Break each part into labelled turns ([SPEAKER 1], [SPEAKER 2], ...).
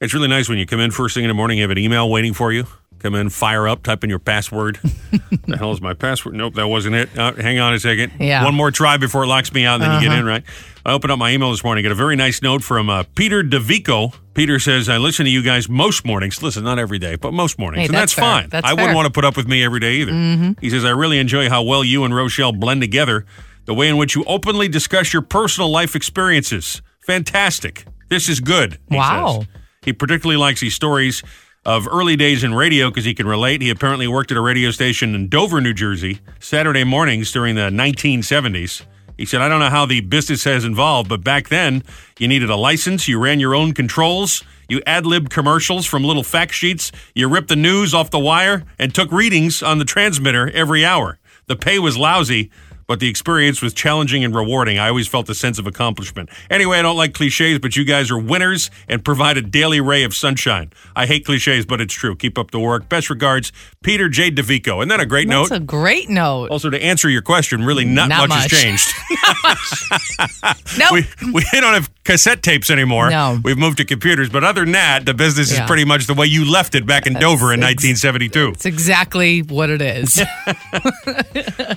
[SPEAKER 1] It's really nice when you come in first thing in the morning, you have an email waiting for you. Come in, fire up, type in your password. the hell is my password? Nope, that wasn't it. Uh, hang on a second.
[SPEAKER 2] Yeah. Uh-huh.
[SPEAKER 1] One more try before it locks me out, and then you get in, right? I opened up my email this morning, get a very nice note from uh, Peter DeVico. Peter says, I listen to you guys most mornings. Listen, not every day, but most mornings.
[SPEAKER 2] Hey,
[SPEAKER 1] and
[SPEAKER 2] that's
[SPEAKER 1] that's,
[SPEAKER 2] fair.
[SPEAKER 1] fine.
[SPEAKER 2] That's
[SPEAKER 1] I wouldn't
[SPEAKER 2] fair. Mm-hmm.
[SPEAKER 1] want to put up with me every day either. He says, I really enjoy how well you and Rochelle blend together, the way in which you openly discuss your personal life experiences. Fantastic. This is good. he
[SPEAKER 2] Wow.
[SPEAKER 1] says. He particularly likes these stories of early days in radio because he can relate. He apparently worked at a radio station in Dover, New Jersey, Saturday mornings during the 1970s. He said, I don't know how the business has evolved, but back then you needed a license, you ran your own controls, you ad libbed commercials from little fact sheets, you ripped the news off the wire, and took readings on the transmitter every hour. The pay was lousy, but the experience was challenging and rewarding. I always felt a sense of accomplishment. Anyway, I don't like cliches, but you guys are winners and provide a daily ray of sunshine. I hate cliches, but it's true. Keep up the work. Best regards, Peter J. DeVico. Isn't that a great
[SPEAKER 2] That's
[SPEAKER 1] note? Oh,
[SPEAKER 2] a great note.
[SPEAKER 1] also, to answer your question, really not,
[SPEAKER 2] Not
[SPEAKER 1] much,
[SPEAKER 2] much.
[SPEAKER 1] has changed.
[SPEAKER 2] no,
[SPEAKER 1] we, we don't have cassette tapes anymore.
[SPEAKER 2] No.
[SPEAKER 1] We've moved to computers. But other than that, the business
[SPEAKER 2] Yeah.
[SPEAKER 1] is pretty much the way you left it back in Dover in
[SPEAKER 2] ex-
[SPEAKER 1] 1972.
[SPEAKER 2] it's exactly what it is.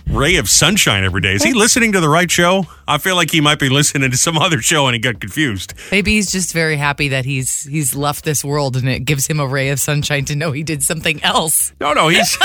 [SPEAKER 1] ray of sunshine every day. Is he listening to the right show? I feel like he might be listening to some other show and he got confused.
[SPEAKER 2] Maybe he's just very happy that he's he's left this world, and it gives him a ray of sunshine to know he did something else.
[SPEAKER 1] No, no, he's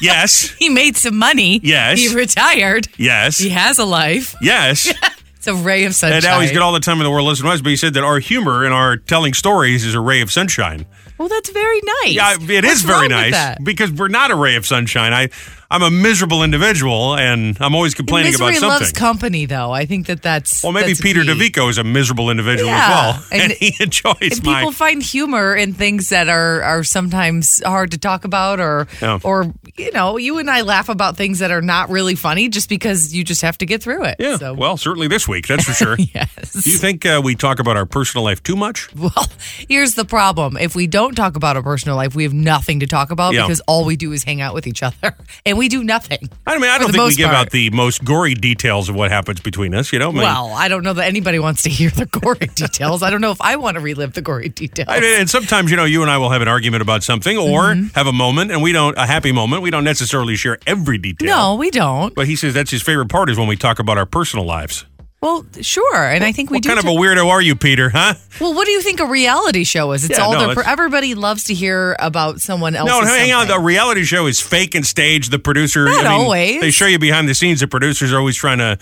[SPEAKER 1] yes,
[SPEAKER 2] He made some money.
[SPEAKER 1] Yes.
[SPEAKER 2] he retired.
[SPEAKER 1] yes,
[SPEAKER 2] He has a life.
[SPEAKER 1] yes.
[SPEAKER 2] It's a ray of sunshine.
[SPEAKER 1] And now he's got all the time in the world listening to us. But he said that our humor and our telling stories is a ray of sunshine.
[SPEAKER 2] well, that's very nice.
[SPEAKER 1] Yeah, it
[SPEAKER 2] What's
[SPEAKER 1] is very
[SPEAKER 2] wrong with
[SPEAKER 1] nice
[SPEAKER 2] that?
[SPEAKER 1] because we're not a ray of sunshine. I, I'm a miserable individual, and I'm always complaining
[SPEAKER 2] Misery
[SPEAKER 1] about something.
[SPEAKER 2] loves company, though. I think that that's
[SPEAKER 1] well, maybe
[SPEAKER 2] that's
[SPEAKER 1] Peter
[SPEAKER 2] key.
[SPEAKER 1] DeVico is a miserable individual
[SPEAKER 2] Yeah,
[SPEAKER 1] as well, and,
[SPEAKER 2] and-
[SPEAKER 1] he enjoys
[SPEAKER 2] And
[SPEAKER 1] my.
[SPEAKER 2] people find humor in things that are are sometimes hard to talk about, or
[SPEAKER 1] Yeah.
[SPEAKER 2] or you know, you and I laugh about things that are not really funny just because you just have to get through it.
[SPEAKER 1] yeah,
[SPEAKER 2] So,
[SPEAKER 1] well, certainly this week, that's for sure.
[SPEAKER 2] yes.
[SPEAKER 1] Do you think uh, we talk about our personal life too much?
[SPEAKER 2] Well, here's the problem. If we don't talk about our personal life, we have nothing to talk about
[SPEAKER 1] Yeah.
[SPEAKER 2] because all we do is hang out with each other and we do nothing.
[SPEAKER 1] I mean, I
[SPEAKER 2] For
[SPEAKER 1] don't
[SPEAKER 2] the
[SPEAKER 1] think we
[SPEAKER 2] most
[SPEAKER 1] give
[SPEAKER 2] part.
[SPEAKER 1] out the most gory details of what happens between us. You know, I mean,
[SPEAKER 2] Well, I don't know that anybody wants to hear the gory details. I don't know if I want to relive the gory details.
[SPEAKER 1] I mean, and sometimes you know you and I will have an argument about something or
[SPEAKER 2] Mm-hmm.
[SPEAKER 1] have a moment, and we don't a happy moment. We don't necessarily share every detail.
[SPEAKER 2] no, we don't.
[SPEAKER 1] but he says that's his favorite part is when we talk about our personal lives.
[SPEAKER 2] Well, sure, and I think we
[SPEAKER 1] what
[SPEAKER 2] do.
[SPEAKER 1] kind
[SPEAKER 2] ta-
[SPEAKER 1] of a weirdo are you, Peter? Huh?
[SPEAKER 2] well, what do you think a reality show is? It's
[SPEAKER 1] Yeah,
[SPEAKER 2] all
[SPEAKER 1] no,
[SPEAKER 2] their per-
[SPEAKER 1] it's-
[SPEAKER 2] everybody loves to hear about someone else.
[SPEAKER 1] No, hang on.
[SPEAKER 2] something.
[SPEAKER 1] The reality show is fake and staged. The producer,
[SPEAKER 2] Not
[SPEAKER 1] I mean,
[SPEAKER 2] always.
[SPEAKER 1] They show you behind the scenes. The producers are always trying to.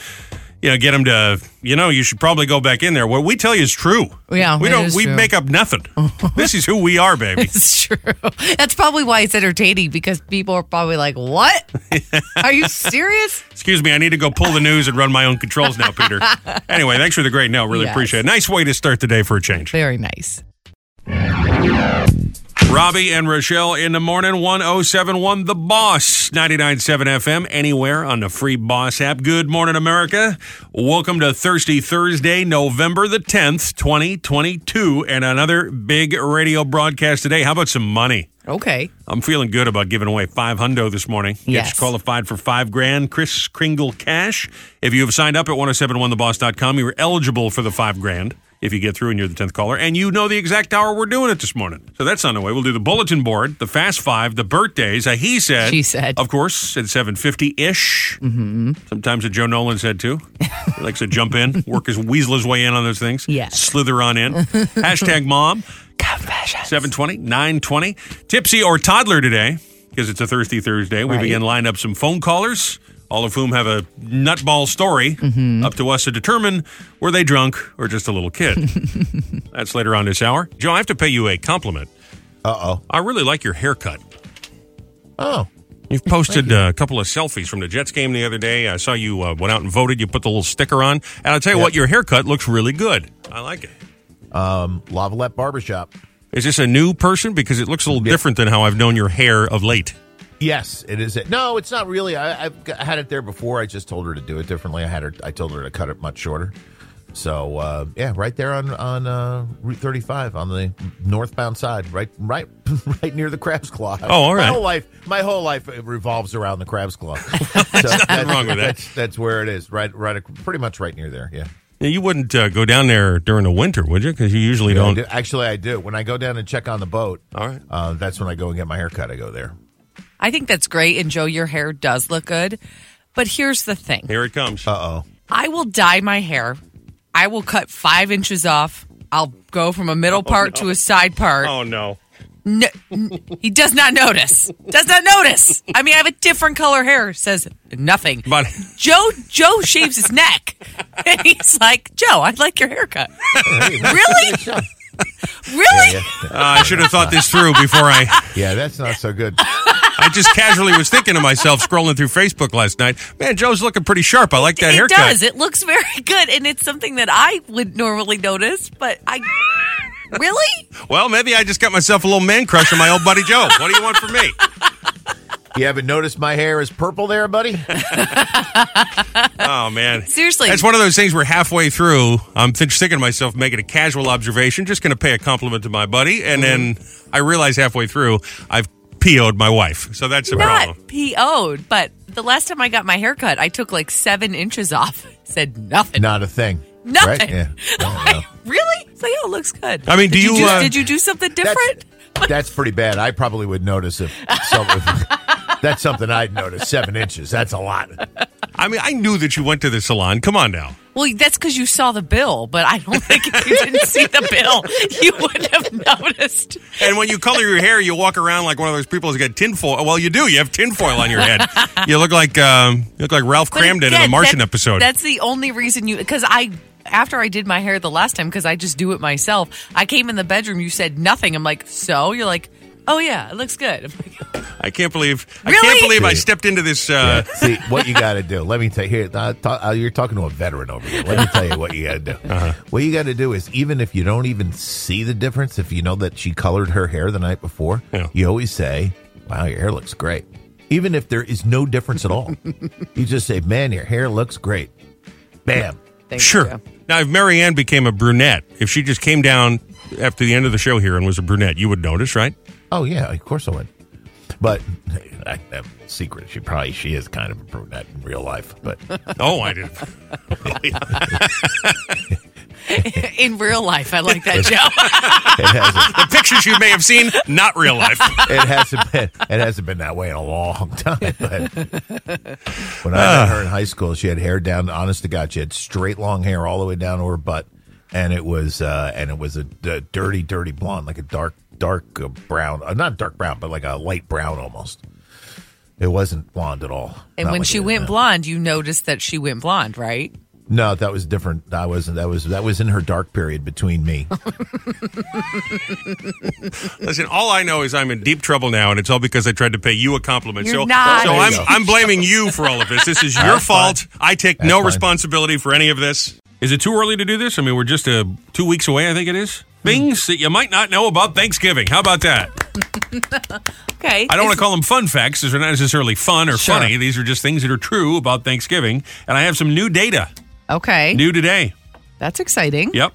[SPEAKER 1] You know, get them to. You know, you should probably go back in there. What we tell you is true.
[SPEAKER 2] Yeah,
[SPEAKER 1] we
[SPEAKER 2] it
[SPEAKER 1] don't.
[SPEAKER 2] is
[SPEAKER 1] we
[SPEAKER 2] true.
[SPEAKER 1] make up nothing. this is who we are, baby.
[SPEAKER 2] It's true. That's probably why it's entertaining because people are probably like, "What? are you serious?"
[SPEAKER 1] Excuse me, I need to go pull the news and run my own controls now, Peter. anyway, thanks for the great note. Really
[SPEAKER 2] Yes.
[SPEAKER 1] appreciate it. Nice way to start the day for a change.
[SPEAKER 2] Very nice.
[SPEAKER 1] Robbie and Rochelle in the morning, 1071 The Boss, 997 FM, anywhere on the free Boss app. Good morning, America. Welcome to Thirsty Thursday, November the 10th, 2022, and another big radio broadcast today. How about some money?
[SPEAKER 2] Okay.
[SPEAKER 1] I'm feeling good about giving away five hundo this morning. Get
[SPEAKER 2] Yes.
[SPEAKER 1] you qualified for five grand Chris Kringle cash. If you have signed up at 1071theboss.com, you're eligible for the five grand if you get through and you're the 10th caller. And you know the exact hour we're doing it this morning. So that's on the way. We'll do the bulletin board, the fast five, the birthdays, a he said.
[SPEAKER 2] She said.
[SPEAKER 1] Of course, at 750-ish. Mm-hmm. Sometimes a Joe Nolan said too. He likes to jump in, work his weasel his way in on those things.
[SPEAKER 2] Yes.
[SPEAKER 1] Slither on in. Hashtag mom. 720, 920. Tipsy or toddler today, because it's a Thirsty Thursday. We
[SPEAKER 2] Right.
[SPEAKER 1] begin line up some phone callers, all of whom have a nutball story. Up to us to determine were they drunk or just a little kid. That's later on this hour. Joe, I have to pay you a compliment. Uh oh. I really like your haircut.
[SPEAKER 3] Oh,
[SPEAKER 1] You've posted uh, a couple of selfies from the Jets game the other day. I saw you uh, went out and voted. You put the little sticker on. And I'll tell you what, your haircut looks really good. I like it.
[SPEAKER 3] Lavalette Barbershop.
[SPEAKER 1] Is this a new person? Because it looks a little different than how I've known your hair of late.
[SPEAKER 3] Yes, it is. It. No, it's not really. I, I've g- I had it there before. I just told her to do it differently. I had her. I told her to cut it much shorter. So uh, yeah, right there on on uh, Route 35 on the northbound side, right, right, right near the Crab's Claw.
[SPEAKER 1] Oh, all right.
[SPEAKER 3] My whole life, my whole life it revolves around the Crab's Claw. so Nothing
[SPEAKER 1] wrong with that.
[SPEAKER 3] That's, that's where it is. Right, right, ac- pretty much right near there. Yeah.
[SPEAKER 1] Now, you wouldn't uh, go down there during the winter, would you? Because you usually
[SPEAKER 3] Yeah, I
[SPEAKER 1] don't.
[SPEAKER 3] do- Actually, I do. When I go down and check on the boat,
[SPEAKER 1] All right.
[SPEAKER 3] uh, that's when I go and get my hair cut. I go there.
[SPEAKER 2] I think that's great. And Joe, your hair does look good. But here's the thing
[SPEAKER 1] Here it comes.
[SPEAKER 3] Uh oh.
[SPEAKER 2] I will dye my hair, I will cut five inches off. I'll go from a middle part to a side part.
[SPEAKER 1] oh no.
[SPEAKER 2] No, n- he does not notice. Does not notice. I mean, I have a different color hair. Says nothing.
[SPEAKER 1] But
[SPEAKER 2] Joe Joe shaves his neck, and he's like, "Joe, I'd like your haircut." really, really?
[SPEAKER 3] Yeah,
[SPEAKER 1] uh, I should have thought this through before I.
[SPEAKER 3] yeah, that's not so good.
[SPEAKER 1] I just casually was thinking to myself scrolling through Facebook last night. Man, Joe's looking pretty sharp. I like that
[SPEAKER 2] it
[SPEAKER 1] haircut.
[SPEAKER 2] does. It looks very good, and it's something that I would normally notice, but I really.
[SPEAKER 1] Well, maybe I just got myself a little man crush on my old buddy Joe. What do you want from me?
[SPEAKER 3] You haven't noticed my hair is purple there, buddy?
[SPEAKER 1] Oh man.
[SPEAKER 2] Seriously.
[SPEAKER 1] That's one of those things where halfway through, I'm th- thinking to myself, making a casual observation, just going to pay a compliment to my buddy, and
[SPEAKER 2] Mm-hmm.
[SPEAKER 1] then I realize halfway through, I've PO'd my wife. So that's the problem.
[SPEAKER 2] Not PO'd, but the last time I got my haircut, I took like seven inches off. Said nothing.
[SPEAKER 3] Not a thing.
[SPEAKER 2] Nothing.
[SPEAKER 3] Right? Yeah. I don't know.
[SPEAKER 2] Really? It's like, oh, it looks good.
[SPEAKER 1] Oh, I mean, do
[SPEAKER 2] did
[SPEAKER 1] you,
[SPEAKER 2] do,
[SPEAKER 1] uh,
[SPEAKER 2] did you do something different?
[SPEAKER 3] That's, that's pretty bad. I probably would notice if something. that's something I'd notice. Seven inches. That's a lot.
[SPEAKER 1] I mean, I knew that you went to the salon. Come on now.
[SPEAKER 2] Well, that's because you saw the bill, but I don't think if you didn't see the bill, you would have noticed.
[SPEAKER 1] And when you color your hair, you walk around like one of those people who's got tinfoil. Well, you do. You have tinfoil on your head. You look like um, you look like Ralph
[SPEAKER 2] But
[SPEAKER 1] Cramden in
[SPEAKER 2] again,
[SPEAKER 1] a Martian
[SPEAKER 2] that-
[SPEAKER 1] episode.
[SPEAKER 2] That's the only reason you because I after I did my hair the last time because I just do it myself. I came in the bedroom. You said nothing. I'm like, so you're like, oh yeah, it looks good. I'm like,
[SPEAKER 1] I can't believe. I can't
[SPEAKER 2] Really?
[SPEAKER 1] believe I stepped into this. Uh,
[SPEAKER 3] See what you got to do. Let me tell you. Here, I talk, uh, you're talking to a veteran over here. Let me tell you what you got to do. What you got to do is, even if you don't even see the difference, if you know that she colored her hair the night before,
[SPEAKER 1] Yeah.
[SPEAKER 3] you always say, "Wow, your hair looks great." Even if there is no difference at all, you just say, "Man, your hair looks great." Bam.
[SPEAKER 2] Thank you,
[SPEAKER 1] Sure.
[SPEAKER 2] Joe.
[SPEAKER 1] Now, if Marianne became a brunette, if she just came down after the end of the show here and was a brunette, you would notice, right?
[SPEAKER 3] Oh yeah, of course I would. But I, i secret. She probably she is kind of a brunette in real life, but
[SPEAKER 1] Oh, I did.
[SPEAKER 2] In real life, I like that, Joe.
[SPEAKER 3] it hasn't.
[SPEAKER 1] The pictures you may have seen, not real life.
[SPEAKER 3] it hasn't been it hasn't been that way in a long time. But when I met her in high school, she had hair down. Honest to God, she had straight long hair all the way down to her butt, and it was uh, and it was a, d- dirty, dirty blonde, like a dark, dark uh, brown, uh, not dark brown, but like a light brown almost. It wasn't blonde at all.
[SPEAKER 2] And
[SPEAKER 3] Not
[SPEAKER 2] when
[SPEAKER 3] like
[SPEAKER 2] she
[SPEAKER 3] it is
[SPEAKER 2] went
[SPEAKER 3] now.
[SPEAKER 2] blonde, you noticed that she went blonde, right?
[SPEAKER 3] no, that was different. That was that was that was in her dark period between me.
[SPEAKER 1] Listen, all I know is I'm in deep trouble now, and it's all because I tried to pay you a compliment.
[SPEAKER 2] You're
[SPEAKER 1] so,
[SPEAKER 2] not.
[SPEAKER 1] so
[SPEAKER 2] There you
[SPEAKER 1] I'm
[SPEAKER 3] go.
[SPEAKER 1] I'm blaming you for all of this. This is your
[SPEAKER 3] That's
[SPEAKER 1] fault. I take no
[SPEAKER 3] fine.
[SPEAKER 1] responsibility for any of this. Is it too early to do this? I mean, we're just uh, two weeks away. I think it is. Things that you might not know about Thanksgiving. How about that?
[SPEAKER 2] Okay.
[SPEAKER 1] I don't
[SPEAKER 2] Is-
[SPEAKER 1] want to call them fun facts. These are not necessarily fun or
[SPEAKER 2] Sure.
[SPEAKER 1] funny. These are just things that are true about Thanksgiving. And I have some new data,
[SPEAKER 2] Okay.
[SPEAKER 1] new today.
[SPEAKER 2] That's exciting.
[SPEAKER 1] Yep.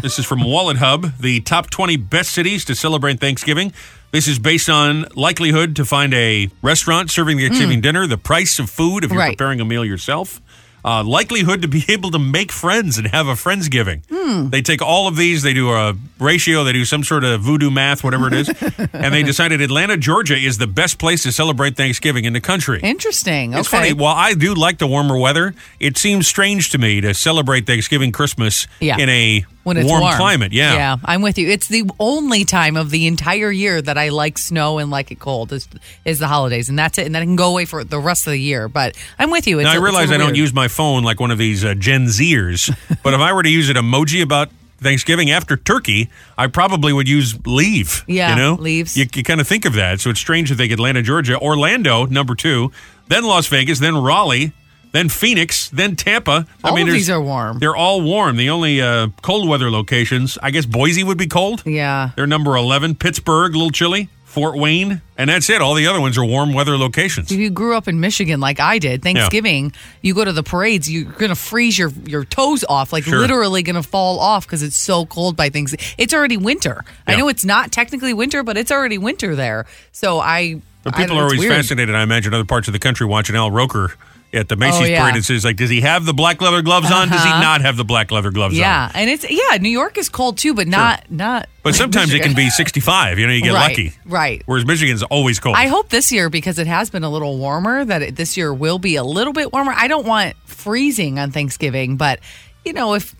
[SPEAKER 1] This is from Wallet Hub, the top 20 best cities to celebrate Thanksgiving. This is based on likelihood to find a restaurant serving Thanksgiving dinner, the price of food if you're
[SPEAKER 2] Right.
[SPEAKER 1] preparing a meal yourself, uh, likelihood to be able to make friends and have a Friendsgiving. They take all of these, they do a ratio, they do some sort of voodoo math, whatever it is, and they decided Atlanta, Georgia is the best place to celebrate Thanksgiving in the country.
[SPEAKER 2] Interesting.
[SPEAKER 1] It's
[SPEAKER 2] okay.
[SPEAKER 1] funny. While I do like the warmer weather, it seems strange to me to celebrate Thanksgiving, Christmas
[SPEAKER 2] Yeah.
[SPEAKER 1] in a
[SPEAKER 2] when it's
[SPEAKER 1] warm,
[SPEAKER 2] warm,
[SPEAKER 1] climate. Yeah.
[SPEAKER 2] yeah, I'm with you. It's the only time of the entire year that I like snow and like it cold is, is the holidays, and that's it. And then I can go away for the rest of the year. But I'm with you. It's
[SPEAKER 1] Now, I
[SPEAKER 2] a- it's a
[SPEAKER 1] realize I
[SPEAKER 2] little
[SPEAKER 1] don't
[SPEAKER 2] weird.
[SPEAKER 1] use my phone like one of these uh, Gen Zers, but if I were to use an emoji about Thanksgiving after turkey, I probably would use leave.
[SPEAKER 2] Yeah,
[SPEAKER 1] You know?
[SPEAKER 2] leaves.
[SPEAKER 1] You, you kind of think of that. So it's strange to think Atlanta, Georgia, Orlando, number two, then Las Vegas, then Raleigh. Then Phoenix, then Tampa. I
[SPEAKER 2] All
[SPEAKER 1] mean,
[SPEAKER 2] of
[SPEAKER 1] there's-
[SPEAKER 2] these are warm.
[SPEAKER 1] They're all warm. The only uh, cold weather locations, I guess, Boise would be cold.
[SPEAKER 2] Yeah,
[SPEAKER 1] They're number 11. Pittsburgh, a little chilly. Fort Wayne. And that's it. All the other ones are warm weather locations.
[SPEAKER 2] if you grew up in Michigan like I did, Thanksgiving, you go to the parades, you're gonna freeze your your toes off, like
[SPEAKER 1] Sure.
[SPEAKER 2] literally gonna fall off because it's so cold by things. It's already winter.
[SPEAKER 1] Yeah.
[SPEAKER 2] I know it's not technically winter, but it's already winter there. So I.
[SPEAKER 1] But
[SPEAKER 2] I
[SPEAKER 1] people
[SPEAKER 2] don't-
[SPEAKER 1] are
[SPEAKER 2] it's
[SPEAKER 1] always
[SPEAKER 2] weird.
[SPEAKER 1] fascinated, I imagine, other parts of the country watching Al Roker at the Macy's
[SPEAKER 2] Oh, yeah. Uh-huh.
[SPEAKER 1] parade and says, like, does he have the black leather gloves on? Does he not have the black leather gloves on?
[SPEAKER 2] Yeah, and it's yeah. New York is cold too, but not not.
[SPEAKER 1] But
[SPEAKER 2] like
[SPEAKER 1] sometimes it
[SPEAKER 2] Michigan.
[SPEAKER 1] can be 65. You know, you get
[SPEAKER 2] Right,
[SPEAKER 1] lucky.
[SPEAKER 2] right.
[SPEAKER 1] Whereas Michigan's always cold.
[SPEAKER 2] I hope this year because it has been a little warmer that it, this year will be a little bit warmer. I don't want freezing on Thanksgiving, but you know if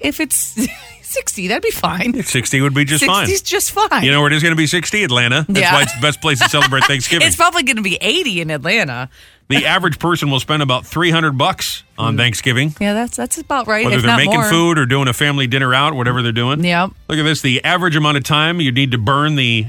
[SPEAKER 2] if it's sixty, that'd be fine.
[SPEAKER 1] 60 would be just fine.
[SPEAKER 2] Sixty's just fine.
[SPEAKER 1] You know where it is going to be 60? Atlanta. That's
[SPEAKER 2] Yeah.
[SPEAKER 1] why it's the best place to celebrate Thanksgiving.
[SPEAKER 2] it's probably going to be eighty in Atlanta.
[SPEAKER 1] the average person will spend about 300 bucks
[SPEAKER 2] Mm.
[SPEAKER 1] on Thanksgiving,
[SPEAKER 2] Yeah, that's that's about right.
[SPEAKER 1] whether
[SPEAKER 2] if
[SPEAKER 1] they're
[SPEAKER 2] not
[SPEAKER 1] making
[SPEAKER 2] more.
[SPEAKER 1] food or doing a family dinner out, whatever they're doing.
[SPEAKER 2] Yep.
[SPEAKER 1] Look at this. The average amount of time you need to burn the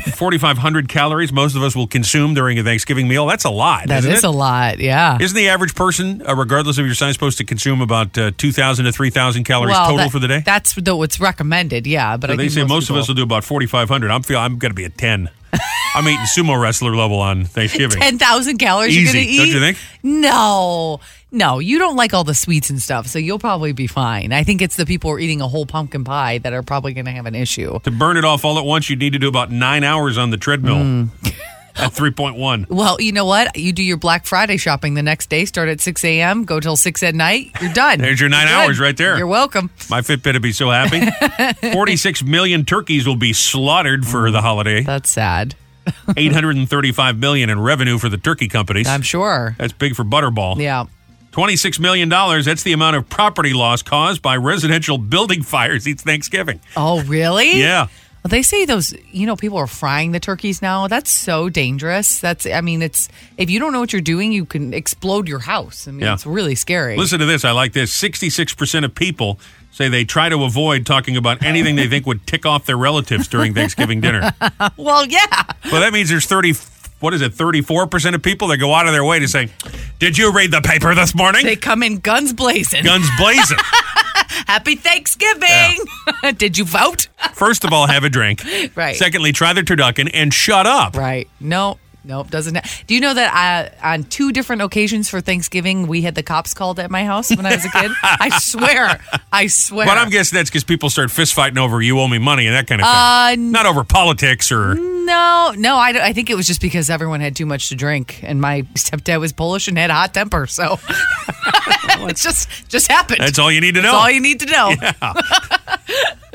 [SPEAKER 1] 4,500 calories most of us will consume during a Thanksgiving meal. That's a lot.
[SPEAKER 2] That
[SPEAKER 1] isn't
[SPEAKER 2] is
[SPEAKER 1] it?
[SPEAKER 2] a lot. Yeah.
[SPEAKER 1] Isn't the average person, uh, regardless of your size, supposed to consume about uh, 2,000 to 3,000 calories total
[SPEAKER 2] that-
[SPEAKER 1] for the day?
[SPEAKER 2] That's the, what's recommended. Yeah, but I
[SPEAKER 1] they
[SPEAKER 2] think
[SPEAKER 1] say most, of
[SPEAKER 2] people-
[SPEAKER 1] us will do about 4,500. I'm feel I'm going to be a 10. I'm eating sumo wrestler level on Thanksgiving.
[SPEAKER 2] ten thousand calories you're
[SPEAKER 1] Easy,
[SPEAKER 2] gonna eat.
[SPEAKER 1] don't you think?
[SPEAKER 2] No, no, you don't like all the sweets and stuff, so you'll probably be fine. I think it's the people who are eating a whole pumpkin pie that are probably going to have an issue.
[SPEAKER 1] To burn it off all at once, you need to do about nine hours on the treadmill
[SPEAKER 2] Hmm.
[SPEAKER 1] at 3.1.
[SPEAKER 2] Well, you know what? You do your Black Friday shopping the next day. Start at six a.m. Go till six at night. You're done.
[SPEAKER 1] There's your nine
[SPEAKER 2] You're
[SPEAKER 1] hours right there.
[SPEAKER 2] You're welcome.
[SPEAKER 1] My Fitbit would be so happy. 46 million turkeys will be slaughtered for the holiday.
[SPEAKER 2] That's sad.
[SPEAKER 1] 835 million in revenue for the turkey companies.
[SPEAKER 2] I'm sure.
[SPEAKER 1] That's big for Butterball.
[SPEAKER 2] Yeah.
[SPEAKER 1] $26 million, that's the amount of property loss caused by residential building fires each Thanksgiving.
[SPEAKER 2] Oh, really?
[SPEAKER 1] Yeah.
[SPEAKER 2] Well, they say those, you know, people are frying the turkeys now. That's so dangerous. That's, I mean, it's, if you don't know what you're doing, you can explode your house. I mean,
[SPEAKER 1] Yeah.
[SPEAKER 2] it's really scary.
[SPEAKER 1] Listen to this. I like this. 66% of people say they try to avoid talking about anything they think would tick off their relatives during Thanksgiving dinner. Well,
[SPEAKER 2] Well, yeah.
[SPEAKER 1] that means there's 30, what is it, 34% of people that go out of their way to say, Did you read the paper this morning?
[SPEAKER 2] They come in guns blazing.
[SPEAKER 1] Guns blazing.
[SPEAKER 2] Happy Thanksgiving. Did you vote?
[SPEAKER 1] First of all, have a drink.
[SPEAKER 2] Right.
[SPEAKER 1] Secondly, try the turducken and shut up.
[SPEAKER 2] Right. No. Nope, doesn't. Ha- Do you know that I, on two different occasions for Thanksgiving, we had the cops called at my house when I was a kid? I swear. I swear.
[SPEAKER 1] But I'm guessing that's because people start fist fighting over you owe me money and that kind of
[SPEAKER 2] Uh, Mm.
[SPEAKER 1] thing. Not over politics or.
[SPEAKER 2] No, no, I, don't- I think it was just because everyone had too much to drink, and my stepdad was Polish and had a hot temper, so it just just happened.
[SPEAKER 1] That's all you need to
[SPEAKER 2] That's
[SPEAKER 1] know.
[SPEAKER 2] all you need to know,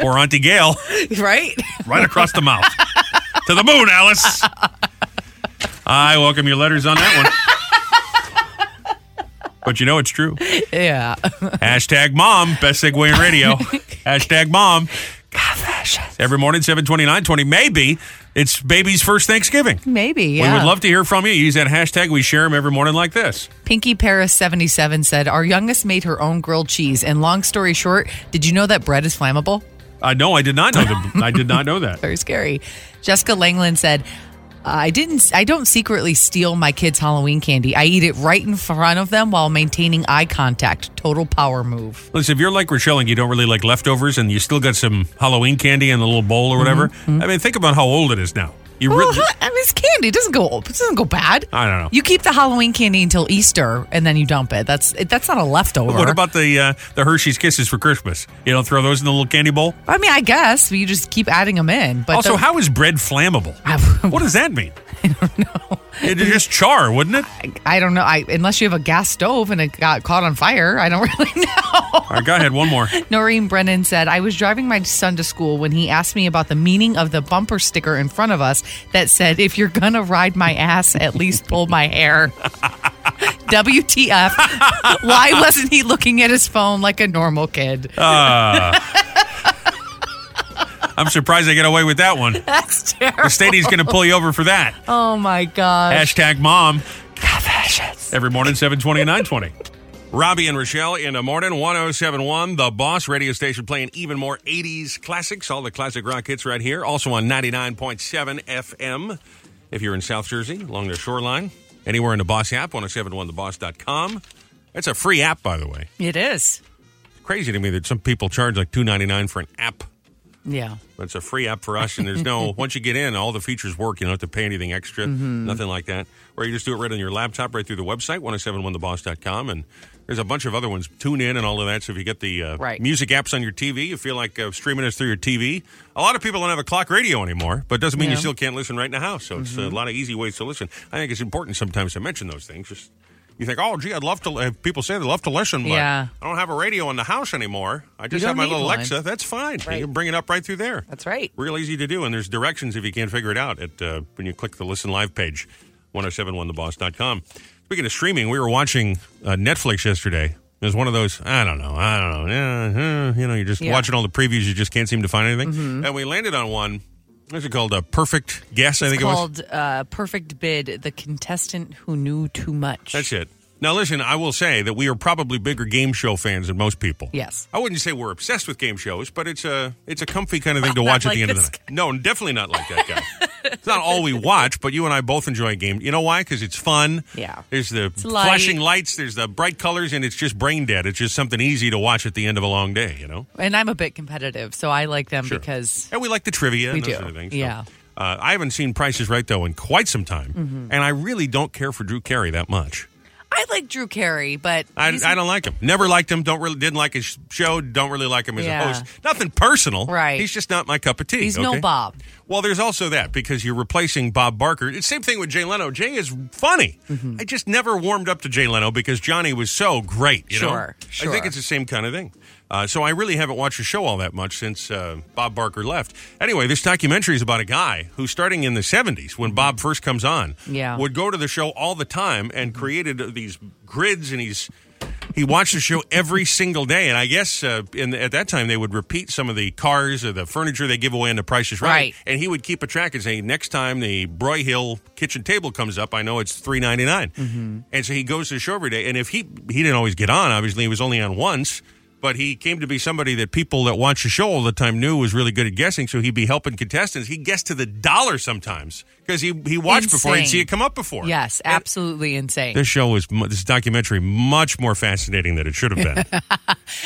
[SPEAKER 1] or Auntie Gail.
[SPEAKER 2] right?
[SPEAKER 1] right across the mouth. to the moon, Alice. I welcome your letters on that one. But you know it's true.
[SPEAKER 2] Yeah.
[SPEAKER 1] Hashtag mom, best segue in radio. Hashtag mom. Every morning, 729, 20. Maybe it's baby's first Thanksgiving.
[SPEAKER 2] Maybe.
[SPEAKER 1] We
[SPEAKER 2] yeah.
[SPEAKER 1] would love to hear from you. Use that hashtag. We share them every morning like this.
[SPEAKER 2] Pinky Paris 77 said, Our youngest made her own grilled cheese. And long story short, did you know that bread is flammable?
[SPEAKER 1] Uh, no, I did not know the, I did not know that.
[SPEAKER 2] Very scary. Jessica Langland said, "Uh, I didn't. I don't secretly steal my kids' Halloween candy. I eat it right in front of them while maintaining eye contact. Total power move.
[SPEAKER 1] Listen, if you're like Rochelle and you don't really like leftovers and you still got some Halloween candy in the little bowl or whatever, I mean, think about how old it is now. You
[SPEAKER 2] Mm-hmm, Well,
[SPEAKER 1] really,
[SPEAKER 2] huh, I mean, it's candy. It doesn't go. It doesn't go bad.
[SPEAKER 1] I don't know.
[SPEAKER 2] You keep the Halloween candy until Easter, and then you dump it. That's it- that's not a leftover.
[SPEAKER 1] What about the uh, the Hershey's Kisses for Christmas? You don't throw those in the little candy bowl.
[SPEAKER 2] I mean, I guess you just keep adding them in. But
[SPEAKER 1] also,
[SPEAKER 2] the-
[SPEAKER 1] how is bread flammable?
[SPEAKER 2] I-
[SPEAKER 1] what does that mean? I don't know. It'd just char, wouldn't it?
[SPEAKER 2] I don't know. I unless you have a gas stove and it got caught on fire, I don't really know.
[SPEAKER 1] All right, go ahead. One more.
[SPEAKER 2] Noreen Brennan said, "I was driving my son to school when he asked me about the meaning of the bumper sticker in front of us that said, "If you're gonna ride my ass, at least pull my hair." WTF? Why wasn't he looking at his phone like a normal kid?
[SPEAKER 1] I'm surprised I get away with that one.
[SPEAKER 2] That's
[SPEAKER 1] The
[SPEAKER 2] terrible.
[SPEAKER 1] state going to pull you over for that.
[SPEAKER 2] Oh my gosh.
[SPEAKER 1] Hashtag mom. Every morning, 720 and 920. Robbie and Rochelle in the morning, 1071, the boss radio station playing even more 80s classics, all the classic rock hits right here. Also on 99.7 FM if you're in South Jersey, along the shoreline, anywhere in the boss app, 1071theboss.com. That's a free app, by the way.
[SPEAKER 2] It is.
[SPEAKER 1] Crazy to me that some people charge like two ninety nine for an app.
[SPEAKER 2] Yeah.
[SPEAKER 1] But It's a free app for us, and there's no once you get in, all the features work. You don't have to pay anything extra,
[SPEAKER 2] Mm-hmm.
[SPEAKER 1] nothing like that. Or you just do it right on your laptop, right through the website, 1071theboss.com. And there's a bunch of other ones. Tune in and all of that. So if you get the uh,
[SPEAKER 2] Right.
[SPEAKER 1] music apps on your TV, you feel like uh, streaming us through your TV. A lot of people don't have a clock radio anymore, but it doesn't mean you
[SPEAKER 2] Yeah. Mm-hmm.
[SPEAKER 1] still can't listen right in the house. So it's a lot of easy ways to listen. I think it's important sometimes to mention those things. Just you think, oh, gee, I'd love to. uh, People say they love to listen, but
[SPEAKER 2] Yeah.
[SPEAKER 1] I don't have a radio in the house anymore. I just
[SPEAKER 2] don't
[SPEAKER 1] have my
[SPEAKER 2] need
[SPEAKER 1] little
[SPEAKER 2] one.
[SPEAKER 1] Alexa. Uh, That's fine.
[SPEAKER 4] Right.
[SPEAKER 1] You can bring it up right through there.
[SPEAKER 4] That's right.
[SPEAKER 1] Real easy to do, and there's directions if you can't figure it out at uh, when you click the listen live page, 1071theboss.com. Speaking of streaming, we were watching uh, Netflix yesterday. It was one of those, I don't know, I don't know. Yeah, uh, you know, you're just
[SPEAKER 2] Yeah.
[SPEAKER 1] watching all the previews, you just can't seem to find anything. And we landed on one. What's it called? A Perfect Guess, I think it was.
[SPEAKER 2] called uh, Perfect Bid, The Contestant Who Knew Too Much.
[SPEAKER 1] That's it. Now, listen, I will say that we are probably bigger game show fans than most people.
[SPEAKER 2] Yes.
[SPEAKER 1] I wouldn't say we're obsessed with game shows, but it's a it's a comfy kind of thing to
[SPEAKER 2] Not
[SPEAKER 1] watch at
[SPEAKER 2] like
[SPEAKER 1] the end of the
[SPEAKER 2] this
[SPEAKER 1] night. No, definitely not like that guy. it's not all we watch, but you and I both enjoy game. You know why? Because it's fun.
[SPEAKER 2] Yeah.
[SPEAKER 1] There's the
[SPEAKER 2] light.
[SPEAKER 1] flashing lights, there's the bright colors, and it's just brain dead. It's just something easy to watch at the end of a long day, you know?
[SPEAKER 2] And I'm a bit competitive, so I like them because
[SPEAKER 1] And we like the trivia
[SPEAKER 2] We
[SPEAKER 1] and those
[SPEAKER 2] do.
[SPEAKER 1] sort of things. so.
[SPEAKER 2] Yeah.
[SPEAKER 1] Uh, I haven't seen Prices Right, though, in quite some time.
[SPEAKER 2] Mm-hmm.
[SPEAKER 1] And I really don't care for Drew Carey that much.
[SPEAKER 2] I like Drew Carey, but
[SPEAKER 1] I,
[SPEAKER 2] he's-
[SPEAKER 1] I don't like him. Never liked him. Don't really didn't like his show. Don't really like him as
[SPEAKER 2] Yeah.
[SPEAKER 1] a host. Nothing personal.
[SPEAKER 2] Right.
[SPEAKER 1] He's just not my cup of tea.
[SPEAKER 2] He's no
[SPEAKER 1] okay?
[SPEAKER 2] Bob.
[SPEAKER 1] Well, there's also that because you're replacing Bob Barker. It's same thing with Jay Leno. Jay is funny.
[SPEAKER 2] Mm-hmm.
[SPEAKER 1] I just never warmed up to Jay Leno because Johnny was so great. You
[SPEAKER 2] Sure,
[SPEAKER 1] know? I
[SPEAKER 2] sure.
[SPEAKER 1] think it's the same kind of thing. Uh, so I really haven't watched the show all that much since uh, Bob Barker left. Anyway, this documentary is about a guy who, starting in the '70s, when Bob first comes on,
[SPEAKER 2] Mm-hmm. Yeah.
[SPEAKER 1] would go to the show all the time and created these grids and he's he watched the show every single day and i guess uh, in, at that time they would repeat some of the cars or the furniture they give away in the price is right,
[SPEAKER 2] Right.
[SPEAKER 1] and he would keep a track and say next time the broy hill kitchen table comes up i know it's 399
[SPEAKER 2] Mm-hmm.
[SPEAKER 1] and so he goes to the show every day and if he he didn't always get on obviously he was only on once but he came to be somebody that people that watch the show all the time knew was really good at guessing so he'd be helping contestants he guessed to the dollar sometimes because he, he watched before he'd
[SPEAKER 2] Insane.
[SPEAKER 1] see it come up before
[SPEAKER 2] yes, absolutely insane.
[SPEAKER 1] this show was mu- this documentary much more fascinating than it should have been.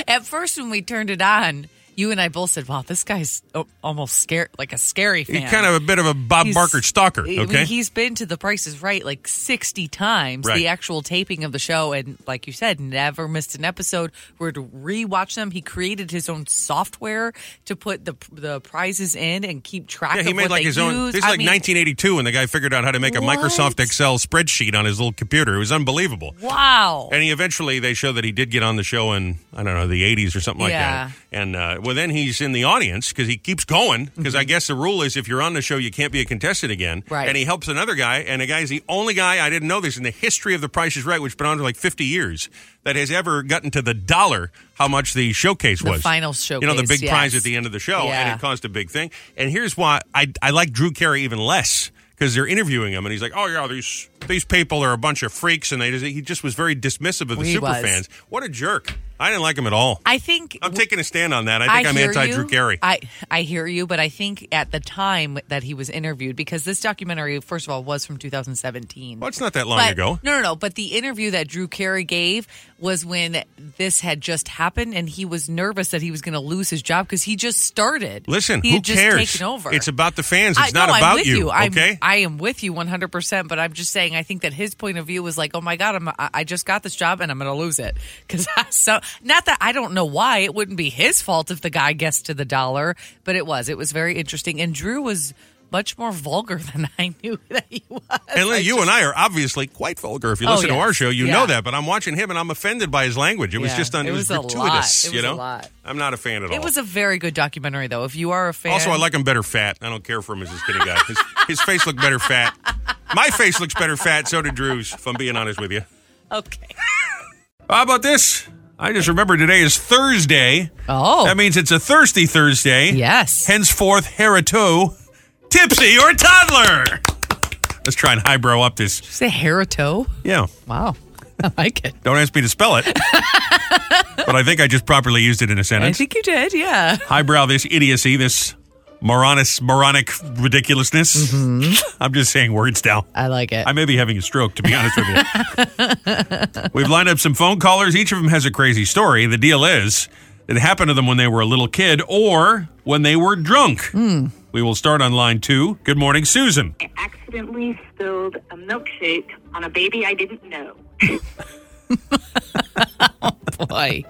[SPEAKER 2] At first, when we turned it on, you and I both said, "Wow, this guy's o- almost scared, like a scary fan."
[SPEAKER 1] He's kind of a bit of a Bob
[SPEAKER 2] He's-
[SPEAKER 1] Barker stalker.
[SPEAKER 2] I mean,
[SPEAKER 1] Okay,
[SPEAKER 2] he's been to The Price is Right like 60 times,
[SPEAKER 1] Right.
[SPEAKER 2] the actual taping of the show. And like you said, never missed an episode. We're to rewatch them. He created his own software to put the the prizes in and keep track
[SPEAKER 1] yeah, he
[SPEAKER 2] of
[SPEAKER 1] made
[SPEAKER 2] what
[SPEAKER 1] like
[SPEAKER 2] they
[SPEAKER 1] his own.
[SPEAKER 2] use.
[SPEAKER 1] This is
[SPEAKER 2] I
[SPEAKER 1] like
[SPEAKER 2] mean,
[SPEAKER 1] 1982 when the guy figured out how to make a
[SPEAKER 2] What?
[SPEAKER 1] Microsoft Excel spreadsheet on his little computer. It was unbelievable.
[SPEAKER 2] Wow.
[SPEAKER 1] And he eventually they show that he did get on the show in I don't know the 80s or something like
[SPEAKER 2] Yeah.
[SPEAKER 1] that. And uh, well, then he's in the audience because he keeps going because I guess the rule is if you're on the show you can't be a contestant again.
[SPEAKER 2] Mm-hmm. Right.
[SPEAKER 1] And he helps another guy, and the guy's the only guy I didn't know this in the history of The Price Is Right, which has been on for like 50 years, that has ever gotten to the dollar how much the showcase
[SPEAKER 2] The
[SPEAKER 1] was.
[SPEAKER 2] final
[SPEAKER 1] You know the
[SPEAKER 2] showcase,
[SPEAKER 1] big prize
[SPEAKER 2] yes.
[SPEAKER 1] at the end of the show,
[SPEAKER 2] Yeah.
[SPEAKER 1] and it caused a big thing. And here's why I I like Drew Carey even less because they're interviewing him, and he's like, "Oh yeah, these these people are a bunch of freaks," and they just, he just was very dismissive of the
[SPEAKER 2] He
[SPEAKER 1] super
[SPEAKER 2] was.
[SPEAKER 1] fans. What a jerk! I didn't like him at all.
[SPEAKER 2] I think
[SPEAKER 1] I'm taking a stand on that. I think am
[SPEAKER 2] hear
[SPEAKER 1] anti
[SPEAKER 2] you.
[SPEAKER 1] Drew Carey.
[SPEAKER 2] I, I hear you, but I think at the time that he was interviewed, because this documentary, first of all, was from 2017.
[SPEAKER 1] well, it's not that long
[SPEAKER 2] but,
[SPEAKER 1] ago.
[SPEAKER 2] No, no, no. But the interview that Drew Carey gave was when this had just happened, and he was nervous that he was going to lose his job because he just started.
[SPEAKER 1] Listen,
[SPEAKER 2] he
[SPEAKER 1] who
[SPEAKER 2] had just
[SPEAKER 1] cares?
[SPEAKER 2] Taken over.
[SPEAKER 1] It's about the fans. It's
[SPEAKER 2] I,
[SPEAKER 1] not
[SPEAKER 2] no,
[SPEAKER 1] about
[SPEAKER 2] I'm with
[SPEAKER 1] you.
[SPEAKER 2] I'm,
[SPEAKER 1] okay.
[SPEAKER 2] I am with you 100. percent But I'm just saying, I think that his point of view was like, "Oh my god, I'm, I- I just got this job and I'm going to lose it." Because so not that I don't know why it wouldn't be his fault if the guy guessed to the dollar, but it was. It was very interesting, and Drew was much more vulgar than I knew that he was.
[SPEAKER 1] and Lynn,
[SPEAKER 2] I
[SPEAKER 1] you
[SPEAKER 2] just-
[SPEAKER 1] and I are obviously quite vulgar. If you
[SPEAKER 2] Oh,
[SPEAKER 1] listen to
[SPEAKER 2] yes.
[SPEAKER 1] our show, you
[SPEAKER 2] Yeah.
[SPEAKER 1] know that. But I'm watching him, and I'm offended by his language. It was
[SPEAKER 2] Yeah.
[SPEAKER 1] just un-
[SPEAKER 2] It
[SPEAKER 1] it was,
[SPEAKER 2] was a lot.
[SPEAKER 1] gratuitous.
[SPEAKER 2] It
[SPEAKER 1] you
[SPEAKER 2] was a
[SPEAKER 1] know,
[SPEAKER 2] lot.
[SPEAKER 1] I'm not a fan at all.
[SPEAKER 2] It was a very good documentary, though. If you are a fan,
[SPEAKER 1] Also, I like him better fat. I don't care for him as this skinny guy. His, his face looked better fat. My face looks better fat. So did Drew's, if I'm being honest with you.
[SPEAKER 2] Okay.
[SPEAKER 1] How about this? I just remember today is Thursday.
[SPEAKER 2] Oh.
[SPEAKER 1] That means it's a thirsty Thursday.
[SPEAKER 2] Yes.
[SPEAKER 1] Henceforth, Herito, tipsy or toddler. Let's try and highbrow up this.
[SPEAKER 2] Say Harito.
[SPEAKER 1] Yeah.
[SPEAKER 2] Wow, I like it.
[SPEAKER 1] Don't ask me to spell it. but I think I just properly used it in a
[SPEAKER 2] I
[SPEAKER 1] sentence.
[SPEAKER 2] think you did. Yeah.
[SPEAKER 1] highbrow this idiocy, this moronous, moronic ridiculousness.
[SPEAKER 2] Mm-hmm.
[SPEAKER 1] I'm just saying words now.
[SPEAKER 2] I like it.
[SPEAKER 1] I may be having a stroke, to be honest with you. We've lined up some phone callers. Each of them has a crazy story. The deal is it happened to them when they were a little kid or when they were drunk.
[SPEAKER 2] Hmm.
[SPEAKER 1] We will start on line two. Good morning, Susan.
[SPEAKER 5] accidentally spilled a milkshake on a baby I didn't know.
[SPEAKER 2] Boy,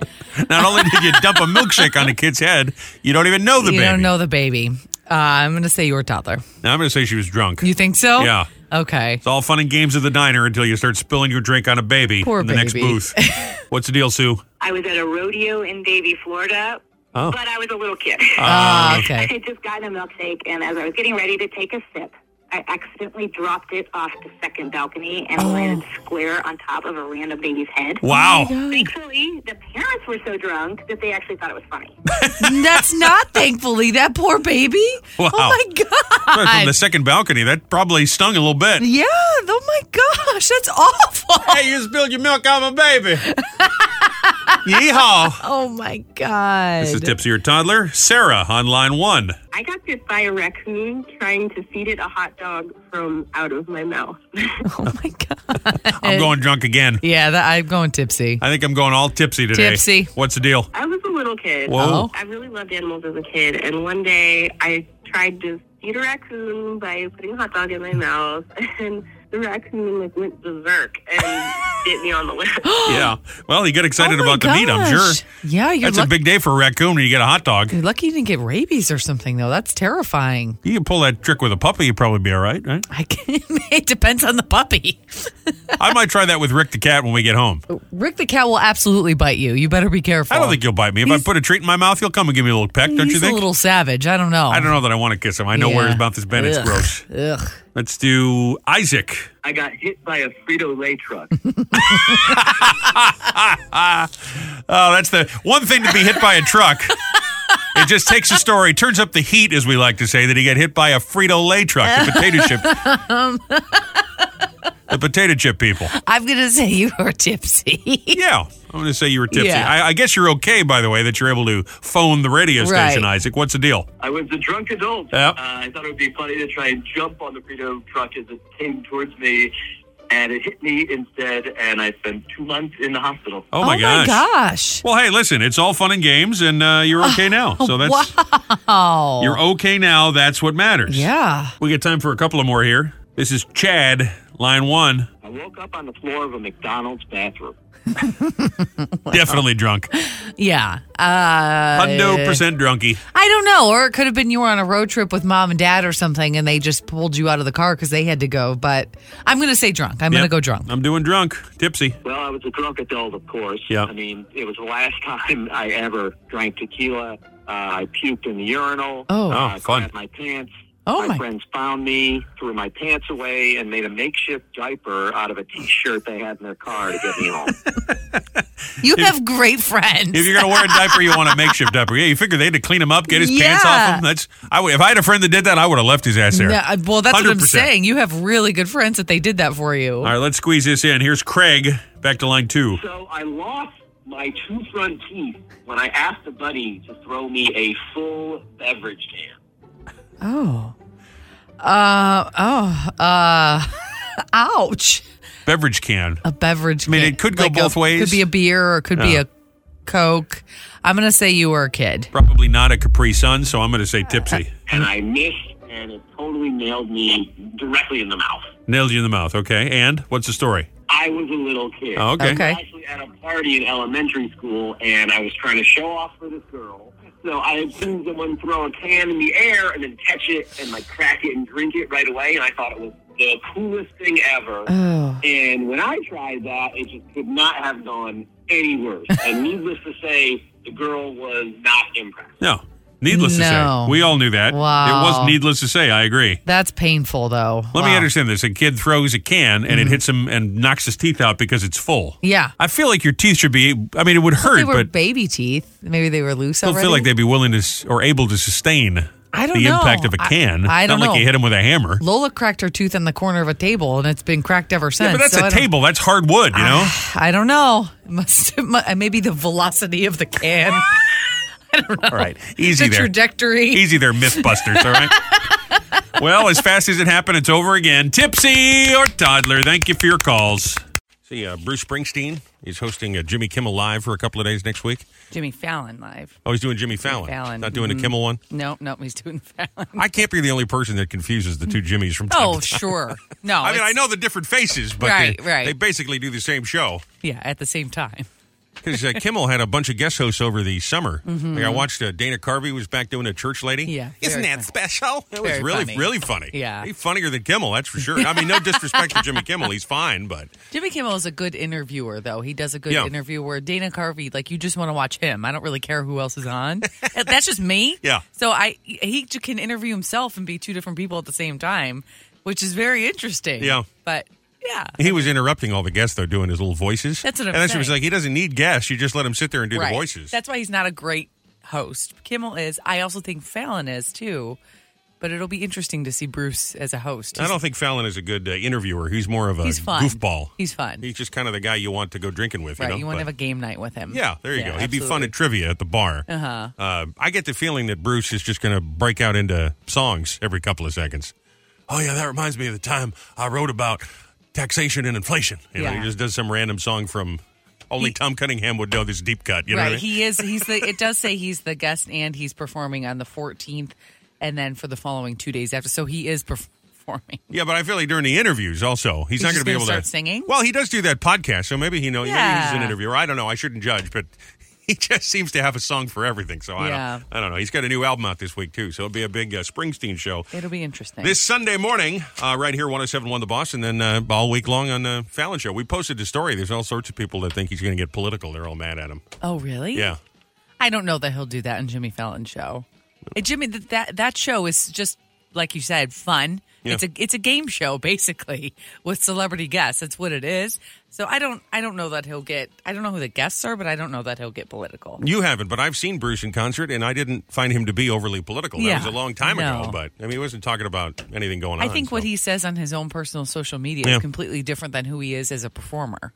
[SPEAKER 1] Not only did you dump a milkshake on a kid's head, you don't even know the
[SPEAKER 2] you
[SPEAKER 1] baby.
[SPEAKER 2] don't know the baby. Uh, I'm going to say you were a toddler.
[SPEAKER 1] Now, I'm going to say she was drunk.
[SPEAKER 2] You think so?
[SPEAKER 1] Yeah.
[SPEAKER 2] Okay.
[SPEAKER 1] It's all fun and games at the diner until you start spilling your drink on a baby
[SPEAKER 2] Poor
[SPEAKER 1] in the next
[SPEAKER 2] baby.
[SPEAKER 1] booth. What's the deal, Sue?
[SPEAKER 5] I was at a rodeo in Davie, Florida,
[SPEAKER 1] Oh.
[SPEAKER 5] but I was a little kid.
[SPEAKER 1] Uh,
[SPEAKER 2] Ah,
[SPEAKER 5] I
[SPEAKER 2] okay.
[SPEAKER 5] had just gotten a milkshake, and as I was getting ready to take a sip, I accidentally dropped it off the second balcony and landed square on top of a random baby's head.
[SPEAKER 1] Oh.
[SPEAKER 2] Oh
[SPEAKER 1] Wow.
[SPEAKER 5] Thankfully, the parents were so drunk that they actually thought it was funny.
[SPEAKER 2] That's not thankfully that poor baby.
[SPEAKER 1] Wow.
[SPEAKER 2] Oh my
[SPEAKER 1] From the
[SPEAKER 2] god.
[SPEAKER 1] second balcony, that probably stung a little bit.
[SPEAKER 2] Yeah. Oh my gosh. That's awful.
[SPEAKER 1] Hey, you spilled your milk on my baby. Yeehaw.
[SPEAKER 2] Oh my god.
[SPEAKER 1] This is Tipsier Toddler, Sarah on line one.
[SPEAKER 4] I got bit by a raccoon trying to feed it a hot dog from out of my mouth.
[SPEAKER 2] Oh my god.
[SPEAKER 1] I'm going drunk again.
[SPEAKER 2] Yeah. That, I'm going tipsy.
[SPEAKER 1] I think I'm going all tipsy today.
[SPEAKER 2] Tipsy.
[SPEAKER 1] What's the deal?
[SPEAKER 4] I was a little kid.
[SPEAKER 1] Whoa.
[SPEAKER 2] Oh.
[SPEAKER 4] I really loved animals as a kid, and one day I tried to feed a raccoon by putting a hot dog in my mouth, and the raccoon like went berserk and bit me on the lip.
[SPEAKER 1] Yeah. Well, you get excited
[SPEAKER 2] Oh my
[SPEAKER 1] about the meat, I'm
[SPEAKER 2] gosh.
[SPEAKER 1] sure.
[SPEAKER 2] Yeah. You're
[SPEAKER 1] That's
[SPEAKER 2] lucky.
[SPEAKER 1] a big day for a raccoon when you get a hot dog.
[SPEAKER 2] You're lucky you didn't get rabies or something though. That's terrifying.
[SPEAKER 1] You can pull that trick with a puppy, you'd probably be all right, right?
[SPEAKER 2] I can It depends on the puppy.
[SPEAKER 1] I might try that with Rick the cat when we get home.
[SPEAKER 2] Rick the cat will absolutely bite you. You better be careful.
[SPEAKER 1] I don't think he'll bite me. If I
[SPEAKER 2] He's-
[SPEAKER 1] put a treat in my mouth, he'll come and give me a little peck, don't
[SPEAKER 2] He's
[SPEAKER 1] you think?
[SPEAKER 2] a little savage. I don't know.
[SPEAKER 1] I don't know that I want to kiss him. I know where his mouth has been. It's
[SPEAKER 2] Ugh.
[SPEAKER 1] gross.
[SPEAKER 2] Ugh.
[SPEAKER 1] Let's do Isaac.
[SPEAKER 6] I got hit by a Frito Lay truck.
[SPEAKER 1] Oh, that's the one thing to be hit by a truck. It just takes a story, turns up the heat, as we like to say, that he got hit by a Frito Lay truck, the potato chip. the potato chip people.
[SPEAKER 2] I'm gonna say you were tipsy.
[SPEAKER 1] Yeah, I'm going to say you were tipsy.
[SPEAKER 2] Yeah.
[SPEAKER 1] I, I guess you're okay, by the way, that you're able to phone the radio station,
[SPEAKER 2] Right.
[SPEAKER 1] Isaac. What's the deal?
[SPEAKER 6] I was a drunk adult.
[SPEAKER 1] Yep.
[SPEAKER 6] Uh, I thought it would be funny to try and jump on the Frito truck as it came towards me, and it hit me instead, and I spent two months in the hospital.
[SPEAKER 1] Oh, my,
[SPEAKER 2] my
[SPEAKER 1] gosh.
[SPEAKER 2] gosh.
[SPEAKER 1] Well, hey, listen, it's all fun and games, and uh, you're okay now. So that's
[SPEAKER 2] Oh, Wow.
[SPEAKER 1] you're okay now. That's what matters.
[SPEAKER 2] yeah.
[SPEAKER 1] We got time for a couple of more here. This is Chad, line one.
[SPEAKER 6] I woke up on the floor of a McDonald's bathroom.
[SPEAKER 1] Definitely drunk.
[SPEAKER 2] Yeah. Uh,
[SPEAKER 1] 100% drunky.
[SPEAKER 2] I don't know. Or it could have been you were on a road trip with mom and dad or something and they just pulled you out of the car because they had to go. But I'm going to say drunk. I'm going to
[SPEAKER 1] Yep.
[SPEAKER 2] go drunk.
[SPEAKER 1] I'm doing drunk. Tipsy.
[SPEAKER 6] Well, I was a drunk adult, of course.
[SPEAKER 1] Yeah.
[SPEAKER 6] I mean, it was the last time I ever drank tequila. Uh, I puked in the urinal.
[SPEAKER 2] Oh.
[SPEAKER 6] uh,
[SPEAKER 1] Oh, fun.
[SPEAKER 6] grabbed my pants.
[SPEAKER 2] Oh,
[SPEAKER 6] my,
[SPEAKER 2] my-
[SPEAKER 6] friends found me, threw my pants away, and made a makeshift diaper out of a T-shirt they had in their car to get me home.
[SPEAKER 2] You have great friends.
[SPEAKER 1] If you're going to wear a diaper, you want a makeshift diaper. Yeah, you figure they had to clean him up, get his pants
[SPEAKER 2] Yeah.
[SPEAKER 1] off him. That's I would, If I had a friend that did that, I would have left his ass there.
[SPEAKER 2] Yeah, I- well, that's what I'm
[SPEAKER 1] 100%.
[SPEAKER 2] saying. You have really good friends that they did that for you.
[SPEAKER 1] All right, let's squeeze this in. Here's Craig. Back to line two.
[SPEAKER 6] So I lost my two front teeth when I asked a buddy to throw me a full beverage can.
[SPEAKER 2] Oh. Uh, oh. Uh, ouch.
[SPEAKER 1] Beverage can.
[SPEAKER 2] A beverage.
[SPEAKER 1] I mean,
[SPEAKER 2] can-
[SPEAKER 1] it could go
[SPEAKER 2] a-
[SPEAKER 1] both ways.
[SPEAKER 2] Could be a beer or it could be a Coke. I'm going to say you were a kid.
[SPEAKER 1] Probably not a Capri Sun, so I'm going to say tipsy.
[SPEAKER 6] And I missed, and it totally nailed me directly in the mouth.
[SPEAKER 1] Nailed you in the mouth. Okay. And what's the story?
[SPEAKER 6] I was a little kid.
[SPEAKER 1] Oh, okay.
[SPEAKER 2] Okay.
[SPEAKER 6] I was actually at a party in elementary school, and I was trying to show off for this girl. So I had seen someone throw a can in the air and then catch it and like crack it and drink it right away, and I thought it was the coolest thing ever.
[SPEAKER 2] Oh.
[SPEAKER 6] And when I tried that, it just could not have gone any worse. and needless to say, the girl was not impressed.
[SPEAKER 1] No. Needless to
[SPEAKER 2] No.
[SPEAKER 1] say, we all knew that.
[SPEAKER 2] Wow.
[SPEAKER 1] It was needless to say. I agree.
[SPEAKER 2] That's painful, though.
[SPEAKER 1] Let me
[SPEAKER 2] Wow. Mm-hmm.
[SPEAKER 1] understand this. A kid throws a can and it hits him and knocks his teeth out because it's full.
[SPEAKER 2] Yeah.
[SPEAKER 1] I feel like your teeth should be, I mean, it would
[SPEAKER 2] They
[SPEAKER 1] hurt,
[SPEAKER 2] were
[SPEAKER 1] but
[SPEAKER 2] baby teeth. Maybe they were loose
[SPEAKER 1] I don't
[SPEAKER 2] already.
[SPEAKER 1] feel like they'd be willing to s- or able to sustain
[SPEAKER 2] I don't
[SPEAKER 1] the
[SPEAKER 2] know.
[SPEAKER 1] impact of a
[SPEAKER 2] I-
[SPEAKER 1] can.
[SPEAKER 2] I don't
[SPEAKER 1] Not like
[SPEAKER 2] know.
[SPEAKER 1] you hit him with a hammer.
[SPEAKER 2] Lola cracked her tooth in the corner of a table, and it's been cracked ever since.
[SPEAKER 1] Yeah, but that's
[SPEAKER 2] so I
[SPEAKER 1] a
[SPEAKER 2] don't- Ah,
[SPEAKER 1] table. That's hard wood, you know?
[SPEAKER 2] I don't know. It must it mu- maybe the velocity of the can,
[SPEAKER 1] all right. Easy
[SPEAKER 2] the
[SPEAKER 1] there.
[SPEAKER 2] trajectory.
[SPEAKER 1] Easy there, Mythbusters, all right? well, as fast as it happened, it's over again. Tipsy or toddler, thank you for your calls. See, uh, Bruce Springsteen is hosting uh, Jimmy Kimmel Live for a couple of days next week.
[SPEAKER 2] Jimmy Fallon live.
[SPEAKER 1] Oh, he's doing Jimmy Fallon.
[SPEAKER 2] Fallon,
[SPEAKER 1] Not doing
[SPEAKER 2] mhm.
[SPEAKER 1] a Kimmel one.
[SPEAKER 2] No, no, he's doing Fallon.
[SPEAKER 1] I can't be the only person that confuses the two Jimmys from time
[SPEAKER 2] Oh,
[SPEAKER 1] to time.
[SPEAKER 2] sure. No,
[SPEAKER 1] I mean,
[SPEAKER 2] it's-
[SPEAKER 1] I know the different faces, but
[SPEAKER 2] Right,
[SPEAKER 1] they,
[SPEAKER 2] right.
[SPEAKER 1] they basically do the same show.
[SPEAKER 2] Yeah, at the same time.
[SPEAKER 1] Because uh, Kimmel had a bunch of guest hosts over the summer. Like I watched uh, Dana Carvey was back doing a church lady.
[SPEAKER 2] Mm-hmm. Yeah,
[SPEAKER 1] isn't
[SPEAKER 2] very
[SPEAKER 1] that special? It was
[SPEAKER 2] Very
[SPEAKER 1] really,
[SPEAKER 2] funny.
[SPEAKER 1] really funny.
[SPEAKER 2] Yeah.
[SPEAKER 1] he's funnier than Kimmel, that's for sure. I mean, no disrespect to Jimmy Kimmel, he's fine, but
[SPEAKER 2] Jimmy Kimmel is a good interviewer, though. He does a good
[SPEAKER 1] Yeah.
[SPEAKER 2] interview where Dana Carvey, like, you just want to watch him. I don't really care who else is on. That's just me.
[SPEAKER 1] Yeah.
[SPEAKER 2] So I he j- can interview himself and be two different people at the same time, which is very interesting.
[SPEAKER 1] Yeah.
[SPEAKER 2] But yeah.
[SPEAKER 1] he was interrupting all the guests though, doing his little voices.
[SPEAKER 2] That's what I'm
[SPEAKER 1] and that's what it was
[SPEAKER 2] saying.
[SPEAKER 1] like. He doesn't need guests. You just let him sit there and do
[SPEAKER 2] right.
[SPEAKER 1] the voices.
[SPEAKER 2] That's why he's not a great host. Kimmel is. I also think Fallon is too. But it'll be interesting to see Bruce as a host.
[SPEAKER 1] I don't think Fallon is a good uh, interviewer. He's more of a
[SPEAKER 2] He's fun.
[SPEAKER 1] goofball.
[SPEAKER 2] He's fun.
[SPEAKER 1] He's just kind of the guy you want to go drinking with.
[SPEAKER 2] right.
[SPEAKER 1] You, know?
[SPEAKER 2] You want to
[SPEAKER 1] But-
[SPEAKER 2] have a game night with him.
[SPEAKER 1] Yeah, there you go. He'd be fun at trivia at the bar. Uh-huh. I get the feeling that Bruce is just going to break out into songs every couple of seconds. Oh yeah, that reminds me of the time I wrote about taxation and inflation. You know,
[SPEAKER 2] Yeah.
[SPEAKER 1] he just does some random song from. Only Tom Cunningham would know this deep cut. You know
[SPEAKER 2] right.
[SPEAKER 1] what I mean?
[SPEAKER 2] He is. He's the. It does say he's the guest, and he's performing on the 14th, and then for the following two days after. So he is performing.
[SPEAKER 1] yeah, but I feel like during the interviews also, he's,
[SPEAKER 2] He's
[SPEAKER 1] not going
[SPEAKER 2] just
[SPEAKER 1] to be
[SPEAKER 2] gonna
[SPEAKER 1] able
[SPEAKER 2] start
[SPEAKER 1] to
[SPEAKER 2] singing?
[SPEAKER 1] Well, he does do that podcast, so maybe he knows. Maybe he's an
[SPEAKER 2] Yeah.
[SPEAKER 1] interviewer. I don't know. I shouldn't judge, but he just seems to have a song for everything. So I
[SPEAKER 2] Yeah.
[SPEAKER 1] don't. I don't know. He's got a new album out this week too, so it'll be a big uh, Springsteen show.
[SPEAKER 2] It'll be interesting.
[SPEAKER 1] This Sunday morning, uh, right here, 1071 The Boss, and then uh, all week long on the Fallon Show. We posted the story. There's all sorts of people that think he's going to get political. They're all mad at him.
[SPEAKER 2] oh, really?
[SPEAKER 1] Yeah.
[SPEAKER 2] I don't know that he'll do that in Jimmy Fallon's show. And Jimmy, th- that that show is just like you said, fun.
[SPEAKER 1] Yeah.
[SPEAKER 2] It's a it's a game show basically with celebrity guests. That's what it is. So I don't I don't know that he'll get. I don't know who the guests are, but I don't know that he'll get political.
[SPEAKER 1] You haven't, but I've seen Bruce in concert, and I didn't find him to be overly political. That
[SPEAKER 2] Yeah.
[SPEAKER 1] was a long time ago,
[SPEAKER 2] No.
[SPEAKER 1] but I mean, he wasn't talking about anything going on.
[SPEAKER 2] I think what
[SPEAKER 1] so.
[SPEAKER 2] he says on his own personal social media
[SPEAKER 1] Yeah.
[SPEAKER 2] is completely different than who he is as a performer,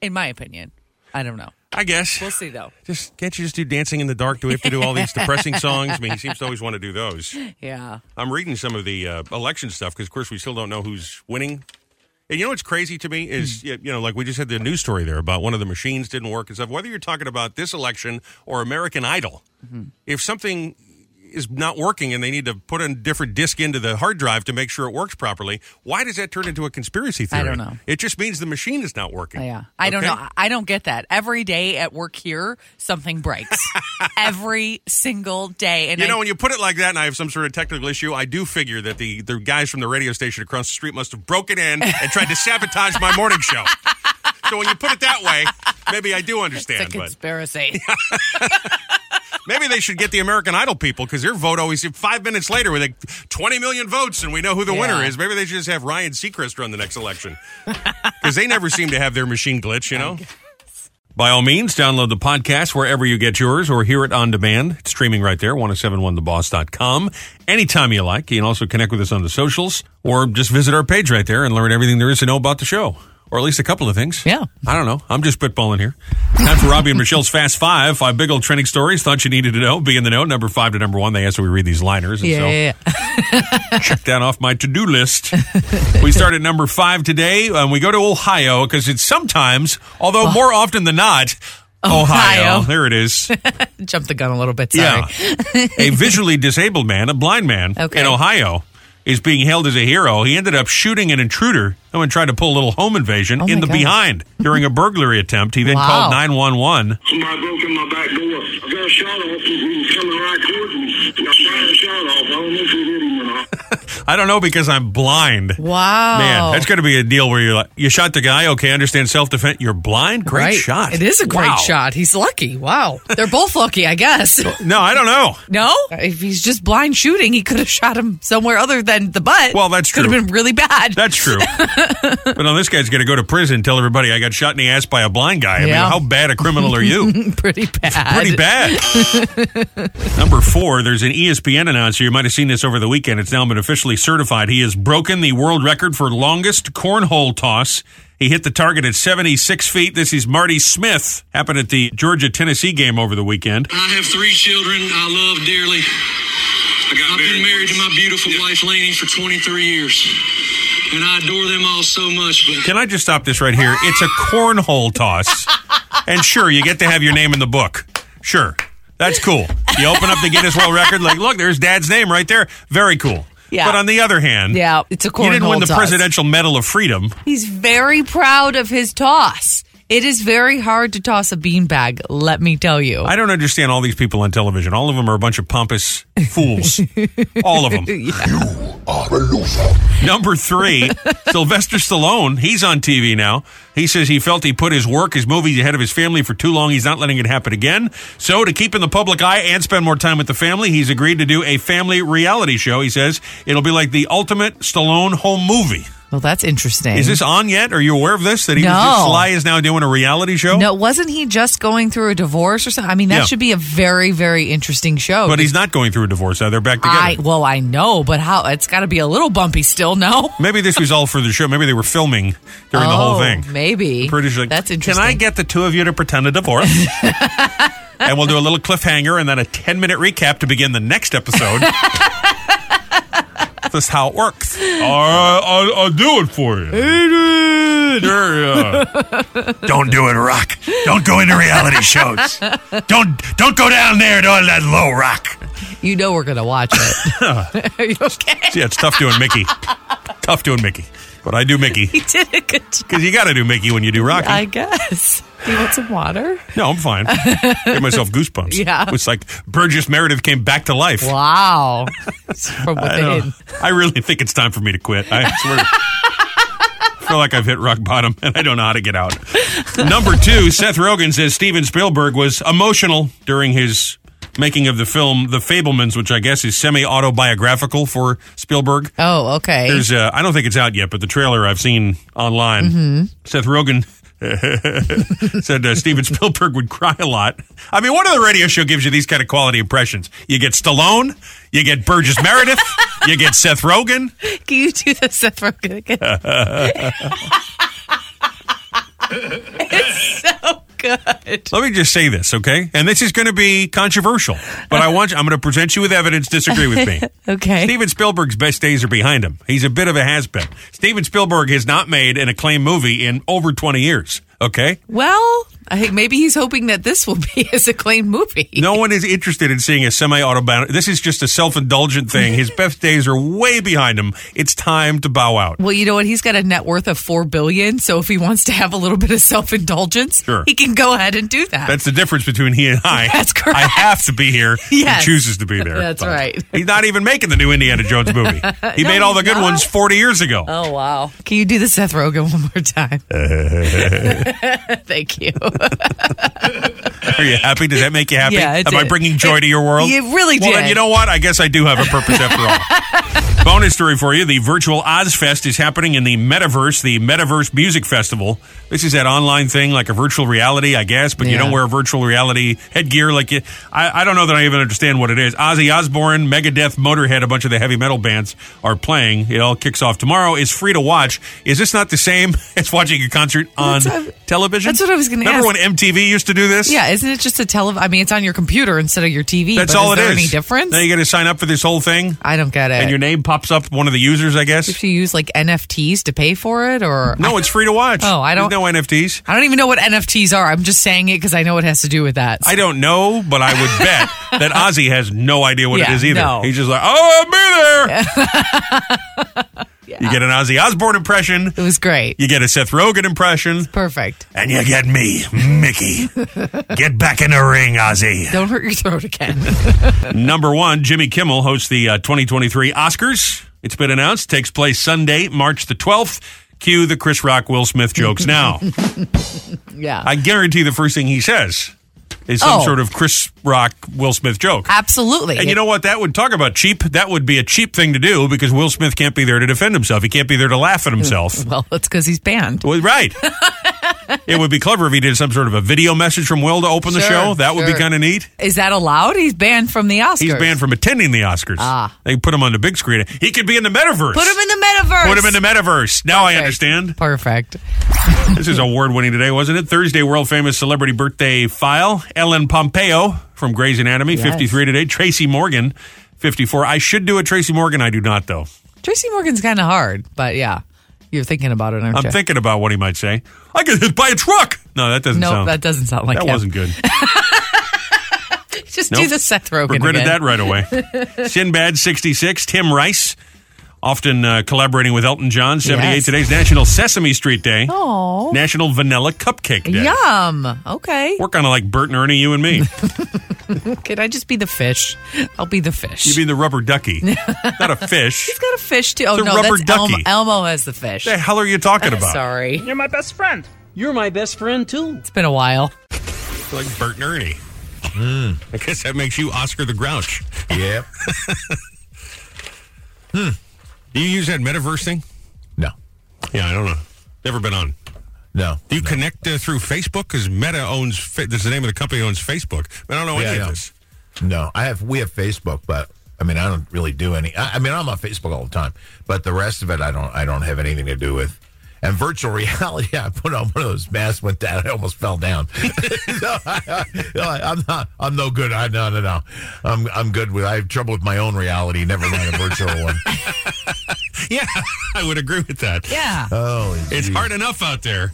[SPEAKER 2] in my opinion. I don't know.
[SPEAKER 1] I guess.
[SPEAKER 2] We'll see though.
[SPEAKER 1] Just Can't you just do Dancing in the Dark? Do we have to do all these depressing songs? I mean, he seems to always want to do those.
[SPEAKER 2] Yeah.
[SPEAKER 1] I'm reading some of the uh, election stuff because, of course, we still don't know who's winning. And you know what's crazy to me is,
[SPEAKER 2] Hmm.
[SPEAKER 1] y- you know, like we just had the news story there about one of the machines didn't work and stuff. Whether you're talking about this election or American Idol,
[SPEAKER 2] Hmm.
[SPEAKER 1] if something is not working and they need to put a different disk into the hard drive to make sure it works properly, why does that turn into a conspiracy theory?
[SPEAKER 2] I don't know.
[SPEAKER 1] It just means the machine is not working.
[SPEAKER 2] Yeah. I don't
[SPEAKER 1] Okay?
[SPEAKER 2] know. I- I don't get that. Every day at work here, something breaks. Every single day. And
[SPEAKER 1] You
[SPEAKER 2] I-
[SPEAKER 1] know, when you put it like that, and I have some sort of technical issue, I do figure that the, the guys from the radio station across the street must have broken in and tried to sabotage my morning show. So when you put it that way, maybe I do
[SPEAKER 2] it's a
[SPEAKER 1] understand. But
[SPEAKER 2] conspiracy.
[SPEAKER 1] maybe they should get the American Idol people because their vote always five minutes later with like twenty million votes, and we know who the winner
[SPEAKER 2] Yeah.
[SPEAKER 1] is. Maybe they should just have Ryan Seacrest run the next election because they never seem to have their machine glitch. You know. By all means, download the podcast wherever you get yours or hear it on demand. It's streaming right there, 1071theboss.com. Anytime you like. You can also connect with us on the socials or just visit our page right there and learn everything there is to know about the show. Or at least a couple of things.
[SPEAKER 2] Yeah.
[SPEAKER 1] I don't know. I'm just spitballing here. Time for Robbie and Michelle's Fast Five. Five big old trending stories. Thought you needed to know. Be in the know. Number five to number one. They asked that we read these liners. And so check that off my to-do list. we start at number five today, and we go to Ohio because it's sometimes, although more often than not, Ohio.
[SPEAKER 2] Ohio.
[SPEAKER 1] There it is.
[SPEAKER 2] Jump the gun a little bit. Sorry.
[SPEAKER 1] Yeah. a visually disabled man, a blind man
[SPEAKER 2] Okay.
[SPEAKER 1] in Ohio, is being hailed as a hero. He ended up shooting an intruder and would try to pull a little home invasion in
[SPEAKER 2] Oh my
[SPEAKER 1] the
[SPEAKER 2] gosh.
[SPEAKER 1] behind during a burglary attempt. He then
[SPEAKER 2] Wow.
[SPEAKER 1] called 911.
[SPEAKER 6] Somebody broke in my back door. I got a shot off. He was coming right towards me. I fired a shot off. I don't know if he hit him or not.
[SPEAKER 1] I don't know because I'm blind.
[SPEAKER 2] Wow.
[SPEAKER 1] Man, that's going to be a deal where you're like, you shot the guy. Okay, I understand self defense. You're blind. Great
[SPEAKER 2] Right.
[SPEAKER 1] shot.
[SPEAKER 2] It is a great
[SPEAKER 1] Wow.
[SPEAKER 2] shot. He's lucky. Wow. They're both lucky, I guess.
[SPEAKER 1] No, I don't know.
[SPEAKER 2] No? If he's just blind shooting, he could have shot him somewhere other than the butt.
[SPEAKER 1] Well, that's
[SPEAKER 2] Could
[SPEAKER 1] true.
[SPEAKER 2] have been really bad.
[SPEAKER 1] That's true. but now this guy's going to go to prison. Tell everybody I got shot in the ass by a blind guy. I
[SPEAKER 2] Yeah.
[SPEAKER 1] mean, how bad a criminal are you?
[SPEAKER 2] pretty bad.
[SPEAKER 1] Pretty bad. Number four, there's an E ESPN announcer. You might have seen this over the weekend. It's now been officially certified. He has broken the world record for longest cornhole toss. He hit the target at 76 feet. This is Marty Smith. Happened at the Georgia Tennessee game over the weekend.
[SPEAKER 7] I have three children I love dearly. I have been married to my beautiful wife, Lainey, for 23 years. And I adore them all so much, but
[SPEAKER 1] Can I just stop this right here? It's a cornhole toss. and sure, you get to have your name in the book. Sure. That's cool. You open up the Guinness World Record, like, look, there's dad's name right there. Very cool.
[SPEAKER 2] Yeah.
[SPEAKER 1] But on the other hand,
[SPEAKER 2] Yeah, it's a
[SPEAKER 1] you didn't win
[SPEAKER 2] cornhole
[SPEAKER 1] the
[SPEAKER 2] toss.
[SPEAKER 1] Presidential Medal of Freedom.
[SPEAKER 2] He's very proud of his toss. It is very hard to toss a beanbag, let me tell you.
[SPEAKER 1] I don't understand all these people on television. All of them are a bunch of pompous fools. all of them. Number three, Sylvester Stallone. He's on TV now. He says he felt he put his work, his movies ahead of his family for too long. He's not letting it happen again. So, to keep in the public eye and spend more time with the family, he's agreed to do a family reality show. He says it'll be like the ultimate Stallone home movie.
[SPEAKER 2] Well, that's interesting.
[SPEAKER 1] Is this on yet? Are you aware of this? That he
[SPEAKER 2] Mm-hmm. No.
[SPEAKER 1] Sly is now doing a reality show?
[SPEAKER 2] No, wasn't he just going through a divorce or something? I mean, that
[SPEAKER 1] Yeah.
[SPEAKER 2] should be a very, very interesting show.
[SPEAKER 1] But he's not going through a divorce now. They're back together.
[SPEAKER 2] I well, I know, but how? It's got to be a little bumpy still. No,
[SPEAKER 1] Maybe this was all for the show. Maybe they were filming during the whole
[SPEAKER 2] Oh,
[SPEAKER 1] thing.
[SPEAKER 2] Maybe
[SPEAKER 1] Pretty sure.
[SPEAKER 2] That's interesting.
[SPEAKER 1] Can I get the two of you to pretend a divorce? and we'll do a little cliffhanger and then a 10 minute recap to begin the next episode. this is how it works. All right, I'll, I'll do it for you. Sure, yeah. don't do it, Rock. Don't go into reality shows. Don't don't go down there to all that low rock.
[SPEAKER 2] You know we're gonna watch it. Are you okay?
[SPEAKER 1] Yeah, it's tough doing Mickey. tough doing Mickey. But I do Mickey.
[SPEAKER 2] He did a good job,
[SPEAKER 1] Because you got to do Mickey when you do Rocky.
[SPEAKER 2] I guess. Do you want some water?
[SPEAKER 1] no, I'm fine. Give myself goosebumps.
[SPEAKER 2] Yeah.
[SPEAKER 1] It's like Burgess Meredith came back to life.
[SPEAKER 2] Wow, from
[SPEAKER 1] I, don't-
[SPEAKER 2] within.
[SPEAKER 1] I really think it's time for me to quit. I swear. I feel like I've hit rock bottom and I don't know how to get out. Number two, Seth Rogen says Steven Spielberg was emotional during his making of the film The Fablemans, which I guess is semi autobiographical for Spielberg.
[SPEAKER 2] Oh, okay.
[SPEAKER 1] There's, uh, I don't think it's out yet, but the trailer I've seen online, Seth Rogen said uh, Steven Spielberg would cry a lot. I mean, what other radio show gives you these kind of quality impressions? You get Stallone, you get Burgess Meredith, you get Seth Rogen.
[SPEAKER 2] Can you do the Seth Rogen again? it's so good.
[SPEAKER 1] Let me just say this, okay? And this is going to be controversial, but I want you, I'm going to present you with evidence. Disagree with me.
[SPEAKER 2] Okay.
[SPEAKER 1] Steven Spielberg's best days are behind him. He's a bit of a has been. Steven Spielberg has not made an acclaimed movie in over 20 years, okay?
[SPEAKER 2] Well, I think maybe he's hoping that this will be his acclaimed movie.
[SPEAKER 1] No one is interested in seeing a semi autobiography. This is just a self indulgent thing. His best days are way behind him. It's time to bow out.
[SPEAKER 2] Well, you know what? He's got a net worth of four billion. So if he wants to have a little bit of self indulgence,
[SPEAKER 1] Sure.
[SPEAKER 2] he can go ahead and do that.
[SPEAKER 1] That's the difference between he and I.
[SPEAKER 2] That's correct.
[SPEAKER 1] I have to be here.
[SPEAKER 2] Yes.
[SPEAKER 1] He chooses to be there.
[SPEAKER 2] That's right.
[SPEAKER 1] He's not even making the new Indiana Jones movie. He made all the
[SPEAKER 2] he's
[SPEAKER 1] good
[SPEAKER 2] not.
[SPEAKER 1] ones 40 years ago.
[SPEAKER 2] oh wow! Can you do the Seth Rogen one more time? Thank you.
[SPEAKER 1] Are you happy? Does that make you happy?
[SPEAKER 2] Yeah, it
[SPEAKER 1] Am I
[SPEAKER 2] did.
[SPEAKER 1] bringing joy to your world?
[SPEAKER 2] It really
[SPEAKER 1] Well, then
[SPEAKER 2] did.
[SPEAKER 1] you know what? I guess I do have a purpose after all. Bonus story for you: the virtual Ozfest is happening in the metaverse, the Metaverse Music Festival. This is that online thing, like a virtual reality, I guess, but you
[SPEAKER 2] Yeah.
[SPEAKER 1] don't wear virtual reality headgear. Like you, I, I don't know that I even understand what it is. Ozzy Osbourne, Megadeth, Motorhead, a bunch of the heavy metal bands are playing. It all kicks off tomorrow. It's free to watch. Is this not the same as watching a concert on
[SPEAKER 2] That's-
[SPEAKER 1] television?
[SPEAKER 2] that's what I was gonna
[SPEAKER 1] Remember
[SPEAKER 2] ask.
[SPEAKER 1] when MTV used to do this?
[SPEAKER 2] yeah, isn't it just a tele? I mean, it's on your computer instead of your TV.
[SPEAKER 1] That's
[SPEAKER 2] but
[SPEAKER 1] all
[SPEAKER 2] is
[SPEAKER 1] it
[SPEAKER 2] there
[SPEAKER 1] is.
[SPEAKER 2] Any difference?
[SPEAKER 1] Now you got to sign up for this whole thing,
[SPEAKER 2] I don't get it.
[SPEAKER 1] and your name pops up one of the users, I
[SPEAKER 2] if
[SPEAKER 1] guess.
[SPEAKER 2] you use like NFTs to pay for it, or
[SPEAKER 1] No, it's free to watch.
[SPEAKER 2] Oh, I don't-
[SPEAKER 1] There's no NFTs.
[SPEAKER 2] I don't even know what NFTs are. I'm just saying it because I know it has to do with that.
[SPEAKER 1] I don't know, but I would bet that Ozzy has no idea what
[SPEAKER 2] Yeah,
[SPEAKER 1] it is either.
[SPEAKER 2] no.
[SPEAKER 1] He's just like, "Oh, I'll be there." You get an Ozzy Osbourne impression.
[SPEAKER 2] it was great.
[SPEAKER 1] You get a Seth Rogen impression,
[SPEAKER 2] Perfect.
[SPEAKER 1] and you get me, Mickey. get back in the ring, Ozzy.
[SPEAKER 2] Don't hurt your throat again.
[SPEAKER 1] Number one, Jimmy Kimmel hosts the uh, 2023 Oscars. It's been announced. Takes place Sunday, March the 12th. Cue the Chris Rock, Will Smith jokes now.
[SPEAKER 2] yeah.
[SPEAKER 1] I guarantee the first thing he says is some
[SPEAKER 2] Oh.
[SPEAKER 1] sort of Chris Rock, Will Smith joke.
[SPEAKER 2] Absolutely.
[SPEAKER 1] And you know what? That would talk about cheap. That would be a cheap thing to do because Will Smith can't be there to defend himself. He can't be there to laugh at himself.
[SPEAKER 2] well, that's because he's banned.
[SPEAKER 1] Well, right. it would be clever if he did some sort of a video message from Will to open the
[SPEAKER 2] Sure,
[SPEAKER 1] show. That would be
[SPEAKER 2] sure.
[SPEAKER 1] kind of neat.
[SPEAKER 2] Is that allowed? He's banned from the Oscars.
[SPEAKER 1] He's banned from attending the Oscars. Ah. They put him on the big screen. He could be in the metaverse.
[SPEAKER 2] Put him in the metaverse.
[SPEAKER 1] Put him in the metaverse. Now I
[SPEAKER 2] Perfect.
[SPEAKER 1] understand.
[SPEAKER 2] Perfect.
[SPEAKER 1] This is award winning today, wasn't it? Thursday, world famous celebrity birthday file. Ellen Pompeo from Grey's Anatomy,
[SPEAKER 2] Yes.
[SPEAKER 1] 53 today. Tracy Morgan, 54. I should do a Tracy Morgan. I do not, though.
[SPEAKER 2] Tracy Morgan's kind of hard, but yeah, you're thinking about it, aren't
[SPEAKER 1] I'm
[SPEAKER 2] you?
[SPEAKER 1] thinking about what he might say. I get hit by a truck. No, that doesn't
[SPEAKER 2] no,
[SPEAKER 1] sound.
[SPEAKER 2] that doesn't sound like
[SPEAKER 1] that
[SPEAKER 2] him.
[SPEAKER 1] wasn't good.
[SPEAKER 2] Just
[SPEAKER 1] Nope.
[SPEAKER 2] do the Seth Rogen
[SPEAKER 1] Regretted
[SPEAKER 2] again.
[SPEAKER 1] that right away. Sinbad, 66. Tim Rice often uh, collaborating with Elton John. 78
[SPEAKER 2] Yes.
[SPEAKER 1] today's National Sesame Street Day.
[SPEAKER 2] Oh.
[SPEAKER 1] National Vanilla Cupcake Day.
[SPEAKER 2] Yum. Okay.
[SPEAKER 1] We're kind of like Bert and Ernie, you and me.
[SPEAKER 2] Could I just be the fish? I'll be the fish.
[SPEAKER 1] You'd be the rubber ducky, not a fish.
[SPEAKER 2] He's got a fish too. Oh
[SPEAKER 1] It's a
[SPEAKER 2] no,
[SPEAKER 1] rubber
[SPEAKER 2] that's Elmo.
[SPEAKER 1] ducky.
[SPEAKER 2] Elmo has the fish.
[SPEAKER 1] the hell are you talking about?
[SPEAKER 2] Sorry,
[SPEAKER 8] You're my best friend.
[SPEAKER 7] You're my best friend, too.
[SPEAKER 2] it's been a while.
[SPEAKER 1] It's like Bert and Ernie. Hmm. I guess that makes you Oscar the Grouch.
[SPEAKER 3] Yep.
[SPEAKER 1] Do you use that metaverse thing?
[SPEAKER 3] No.
[SPEAKER 1] Yeah, I don't know. Never been on.
[SPEAKER 3] No.
[SPEAKER 1] Do you connect uh, through Facebook? Because Meta owns, fa- this is the name of the company that owns Facebook. I don't know any
[SPEAKER 3] Yeah, I
[SPEAKER 1] of
[SPEAKER 3] know.
[SPEAKER 1] this.
[SPEAKER 3] No. I have we have Facebook, but I mean I don't really do any I, I mean I'm on Facebook all the time, but the rest of it I don't I don't have anything to do with. And virtual reality, I put on one of those masks, went down, I almost fell down. no, I, am not, I'm no good. I no, no, no. I'm, I'm good with. I have trouble with my own reality. Never mind a virtual one.
[SPEAKER 1] Yeah, I would agree with that.
[SPEAKER 2] Yeah.
[SPEAKER 3] Oh,
[SPEAKER 1] It's hard enough out there.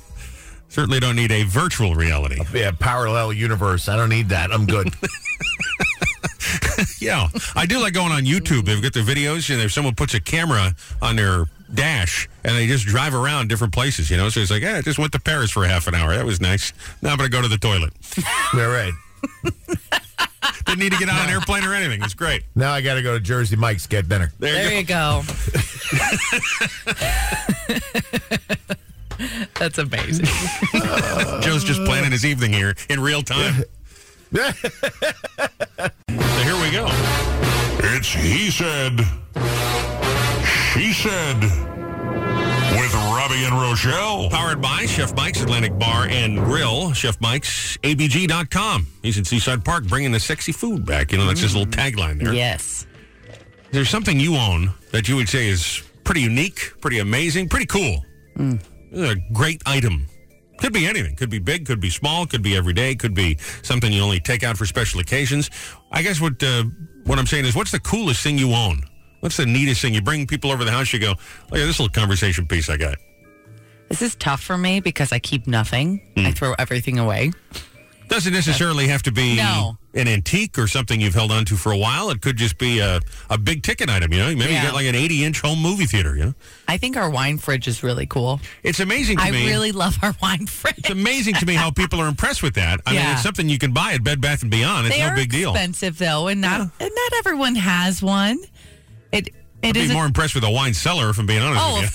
[SPEAKER 1] Certainly don't need a virtual reality.
[SPEAKER 3] yeah, parallel universe. I don't need that. I'm good.
[SPEAKER 1] Yeah, I do like going on YouTube. They've got their videos, and if someone puts a camera on their dash and they just drive around different places, you know, so it's like, yeah, I just went to Paris for half an hour. That was nice. Now I'm going to go to the toilet.
[SPEAKER 3] All right.
[SPEAKER 1] Didn't need to get on an airplane or anything. It's great.
[SPEAKER 3] Now I got to go to Jersey Mike's get dinner.
[SPEAKER 1] There,
[SPEAKER 2] There
[SPEAKER 1] you
[SPEAKER 2] you go. That's amazing.
[SPEAKER 1] go. Joe's just planning his evening here in real time. So here we go.
[SPEAKER 9] It's He Said, She Said, with Robbie and Rochelle.
[SPEAKER 1] Powered by Chef Mike's Atlantic Bar and Grill, Chef Mike's ABG.com. He's in Seaside Park bringing the sexy food back. You know, that's his little tagline there.
[SPEAKER 2] yes.
[SPEAKER 1] there's something you own that you would say is pretty unique, pretty amazing, pretty cool. This is A great item. Could be anything. Could be big, could be small, could be everyday, could be something you only take out for special occasions. I guess what uh, what I'm saying is what's the coolest thing you own? What's the neatest thing? You bring people over the house, you go, look at this little conversation piece I got.
[SPEAKER 2] This is tough for me because I keep nothing. I
[SPEAKER 1] Mm.
[SPEAKER 2] throw everything away.
[SPEAKER 1] Doesn't necessarily have to be
[SPEAKER 2] No.
[SPEAKER 1] an antique or something you've held on to for a while. It could just be a, a big ticket item, you know? Maybe you
[SPEAKER 2] Yeah.
[SPEAKER 1] got like an 80 inch home movie theater, you know?
[SPEAKER 2] I think our wine fridge is really cool.
[SPEAKER 1] It's amazing to
[SPEAKER 2] I
[SPEAKER 1] me.
[SPEAKER 2] really love our wine
[SPEAKER 1] It's
[SPEAKER 2] fridge.
[SPEAKER 1] amazing to me how people are impressed with that. I mean,
[SPEAKER 2] Yeah.
[SPEAKER 1] it's something you can buy at Bed Bath and Beyond. It's
[SPEAKER 2] They
[SPEAKER 1] no
[SPEAKER 2] are
[SPEAKER 1] big deal.
[SPEAKER 2] expensive though, and not and not everyone has one. It it
[SPEAKER 1] I'd
[SPEAKER 2] is
[SPEAKER 1] be
[SPEAKER 2] a-
[SPEAKER 1] more impressed with a wine cellar, if I'm being honest.
[SPEAKER 2] Oh,
[SPEAKER 1] with you.
[SPEAKER 2] of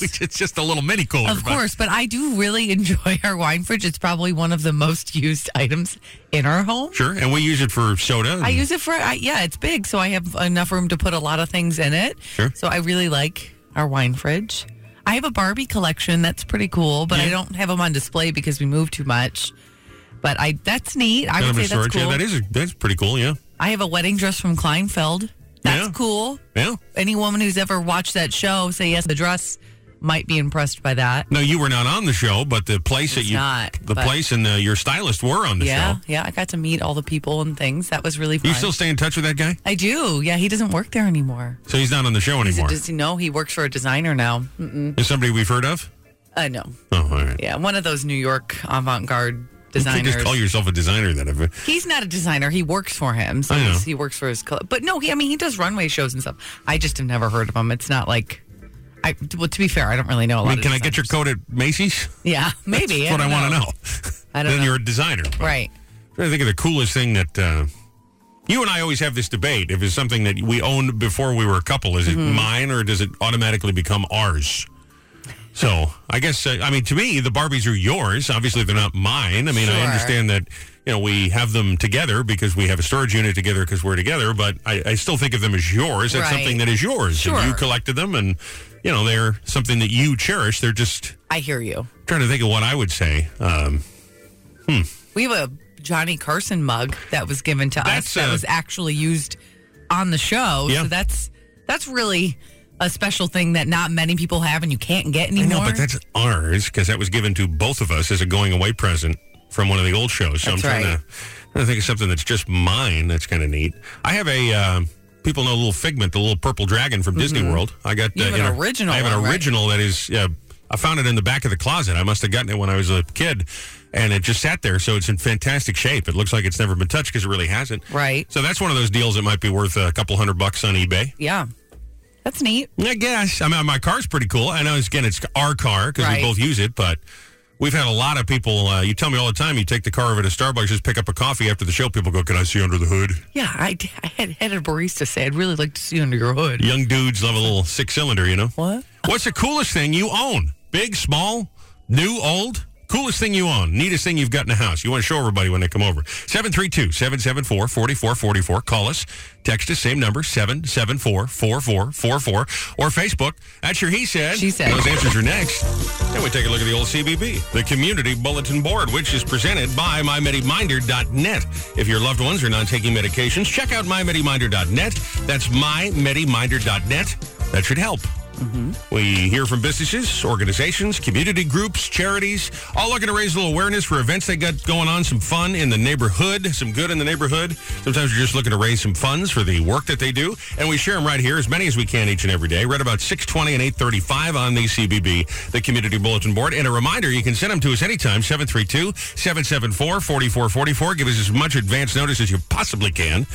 [SPEAKER 1] Which it's just a little mini cooler.
[SPEAKER 2] Of
[SPEAKER 1] but-
[SPEAKER 2] course, but I do really enjoy our wine fridge. It's probably one of the most used items in our home.
[SPEAKER 1] Sure, and we use it for soda.
[SPEAKER 2] I
[SPEAKER 1] and-
[SPEAKER 2] use it for I, yeah, it's big, so I have enough room to put a lot of things in it.
[SPEAKER 1] Sure.
[SPEAKER 2] So I really like our wine fridge. I have a Barbie collection that's pretty cool, but I don't have them on display because we move too much. But I that's neat. I
[SPEAKER 1] Kind
[SPEAKER 2] would
[SPEAKER 1] of
[SPEAKER 2] say
[SPEAKER 1] a
[SPEAKER 2] that's
[SPEAKER 1] storage.
[SPEAKER 2] cool.
[SPEAKER 1] Yeah, that is that's pretty cool. Yeah,
[SPEAKER 2] I have a wedding dress from Kleinfeld. That's
[SPEAKER 1] Yeah.
[SPEAKER 2] cool.
[SPEAKER 1] yeah.
[SPEAKER 2] Any woman who's ever watched that show say yes, the dress might be impressed by that.
[SPEAKER 1] No, you were not on the show, but the place that
[SPEAKER 2] It's
[SPEAKER 1] you,
[SPEAKER 2] not,
[SPEAKER 1] the
[SPEAKER 2] but-
[SPEAKER 1] place and uh your stylist were on the
[SPEAKER 2] yeah,
[SPEAKER 1] show.
[SPEAKER 2] yeah. I got to meet all the people and things. That was really fun.
[SPEAKER 1] You still stay in touch with that guy?
[SPEAKER 2] I do. Yeah, he doesn't work there anymore.
[SPEAKER 1] So he's not on the show
[SPEAKER 2] He's a
[SPEAKER 1] anymore.
[SPEAKER 2] dis- no, he works for a designer now.
[SPEAKER 1] Is somebody we've heard of?
[SPEAKER 2] Uh, no.
[SPEAKER 1] Oh, all right.
[SPEAKER 2] Yeah, one of those New York avant-garde
[SPEAKER 1] You can't
[SPEAKER 2] designers.
[SPEAKER 1] just call yourself a designer then. If it-
[SPEAKER 2] He's not a designer. He works for him. So
[SPEAKER 1] I know.
[SPEAKER 2] he's- he works for his club. But no, he, I mean, he does runway shows and stuff. I just have never heard of him. It's not like, I, well, to be fair, I don't really know a lot
[SPEAKER 1] I mean,
[SPEAKER 2] of
[SPEAKER 1] can I get your
[SPEAKER 2] designers.
[SPEAKER 1] coat at Macy's?
[SPEAKER 2] Yeah, maybe.
[SPEAKER 1] That's what I
[SPEAKER 2] don't
[SPEAKER 1] want to know.
[SPEAKER 2] I don't
[SPEAKER 1] then
[SPEAKER 2] know.
[SPEAKER 1] you're a designer. but-
[SPEAKER 2] Right.
[SPEAKER 1] trying to think of the coolest thing that uh, you and I always have this debate. If it's something that we owned before we were a couple, is
[SPEAKER 2] Mm-hmm.
[SPEAKER 1] it mine or does it automatically become ours? So I guess uh, I mean to me the Barbies are yours. Obviously they're not mine. I mean I
[SPEAKER 2] Sure.
[SPEAKER 1] understand that you know we have them together because we have a storage unit together because we're together. But I, I still think of them as yours. That's
[SPEAKER 2] Right.
[SPEAKER 1] something that is yours. And you
[SPEAKER 2] Sure.
[SPEAKER 1] collected them, and you know they're something that you cherish. They're just
[SPEAKER 2] I hear you.
[SPEAKER 1] trying to think of what I would say. Um,
[SPEAKER 2] We have a Johnny Carson mug that was given to
[SPEAKER 1] That's,
[SPEAKER 2] us that
[SPEAKER 1] uh,
[SPEAKER 2] was actually used on the show.
[SPEAKER 1] Yeah.
[SPEAKER 2] So that's that's really a special thing that not many people have and you can't get anymore.
[SPEAKER 1] No, but that's ours because that was given to both of us as a going away present from one of the old shows. So
[SPEAKER 2] That's
[SPEAKER 1] I'm trying,
[SPEAKER 2] right.
[SPEAKER 1] to, trying to think of something that's just mine. That's kind of neat. I have a uh, people know little figment, the little purple dragon from Disney World. I got
[SPEAKER 2] Mm-hmm. You have an
[SPEAKER 1] in a-
[SPEAKER 2] original
[SPEAKER 1] I have an
[SPEAKER 2] one, right?
[SPEAKER 1] original that is. Uh, I found it in the back of the closet. I must have gotten it when I was a kid, and it just sat there. So it's in fantastic shape. It looks like it's never been touched because it really hasn't.
[SPEAKER 2] Right.
[SPEAKER 1] So that's one of those deals that might be worth a couple hundred bucks on eBay.
[SPEAKER 2] yeah. That's neat.
[SPEAKER 1] I guess. I mean, my car's pretty cool. I know, it's, again, it's our car because
[SPEAKER 2] Right.
[SPEAKER 1] we both use it, but we've had a lot of people. Uh, you tell me all the time you take the car over to Starbucks, just pick up a coffee after the show. People go, Can I see under the hood?
[SPEAKER 2] Yeah, I, d- I had, had a barista say, I'd really like to see under your hood.
[SPEAKER 1] Young dudes love a little six cylinder, you know?
[SPEAKER 2] What?
[SPEAKER 1] What's the coolest thing you own? Big, small, new, old? Coolest thing you own, neatest thing you've got in the house. You want to show everybody when they come over. 732 774 4444. Call us. Text us, same number, 774 4444. Or Facebook. That's your He Said.
[SPEAKER 2] She Said.
[SPEAKER 1] Those answers are next. Then we take a look at the old CBB, the Community Bulletin Board, which is presented by MyMediMinder.net. If your loved ones are not taking medications, check out MyMediMinder.net. That's MyMediMinder.net. That should help. We hear from businesses, organizations, community groups, charities, all looking to raise a little awareness for events they got going on, some fun in the neighborhood, some good in the neighborhood. Sometimes you're just looking to raise some funds for the work that they do, and we share them right here, as many as we can each and every day, right about 620 and 835 on the CBB, the Community Bulletin Board. And a reminder, you can send them to us anytime, 732-774-4444. Give us as much advance notice as you possibly can.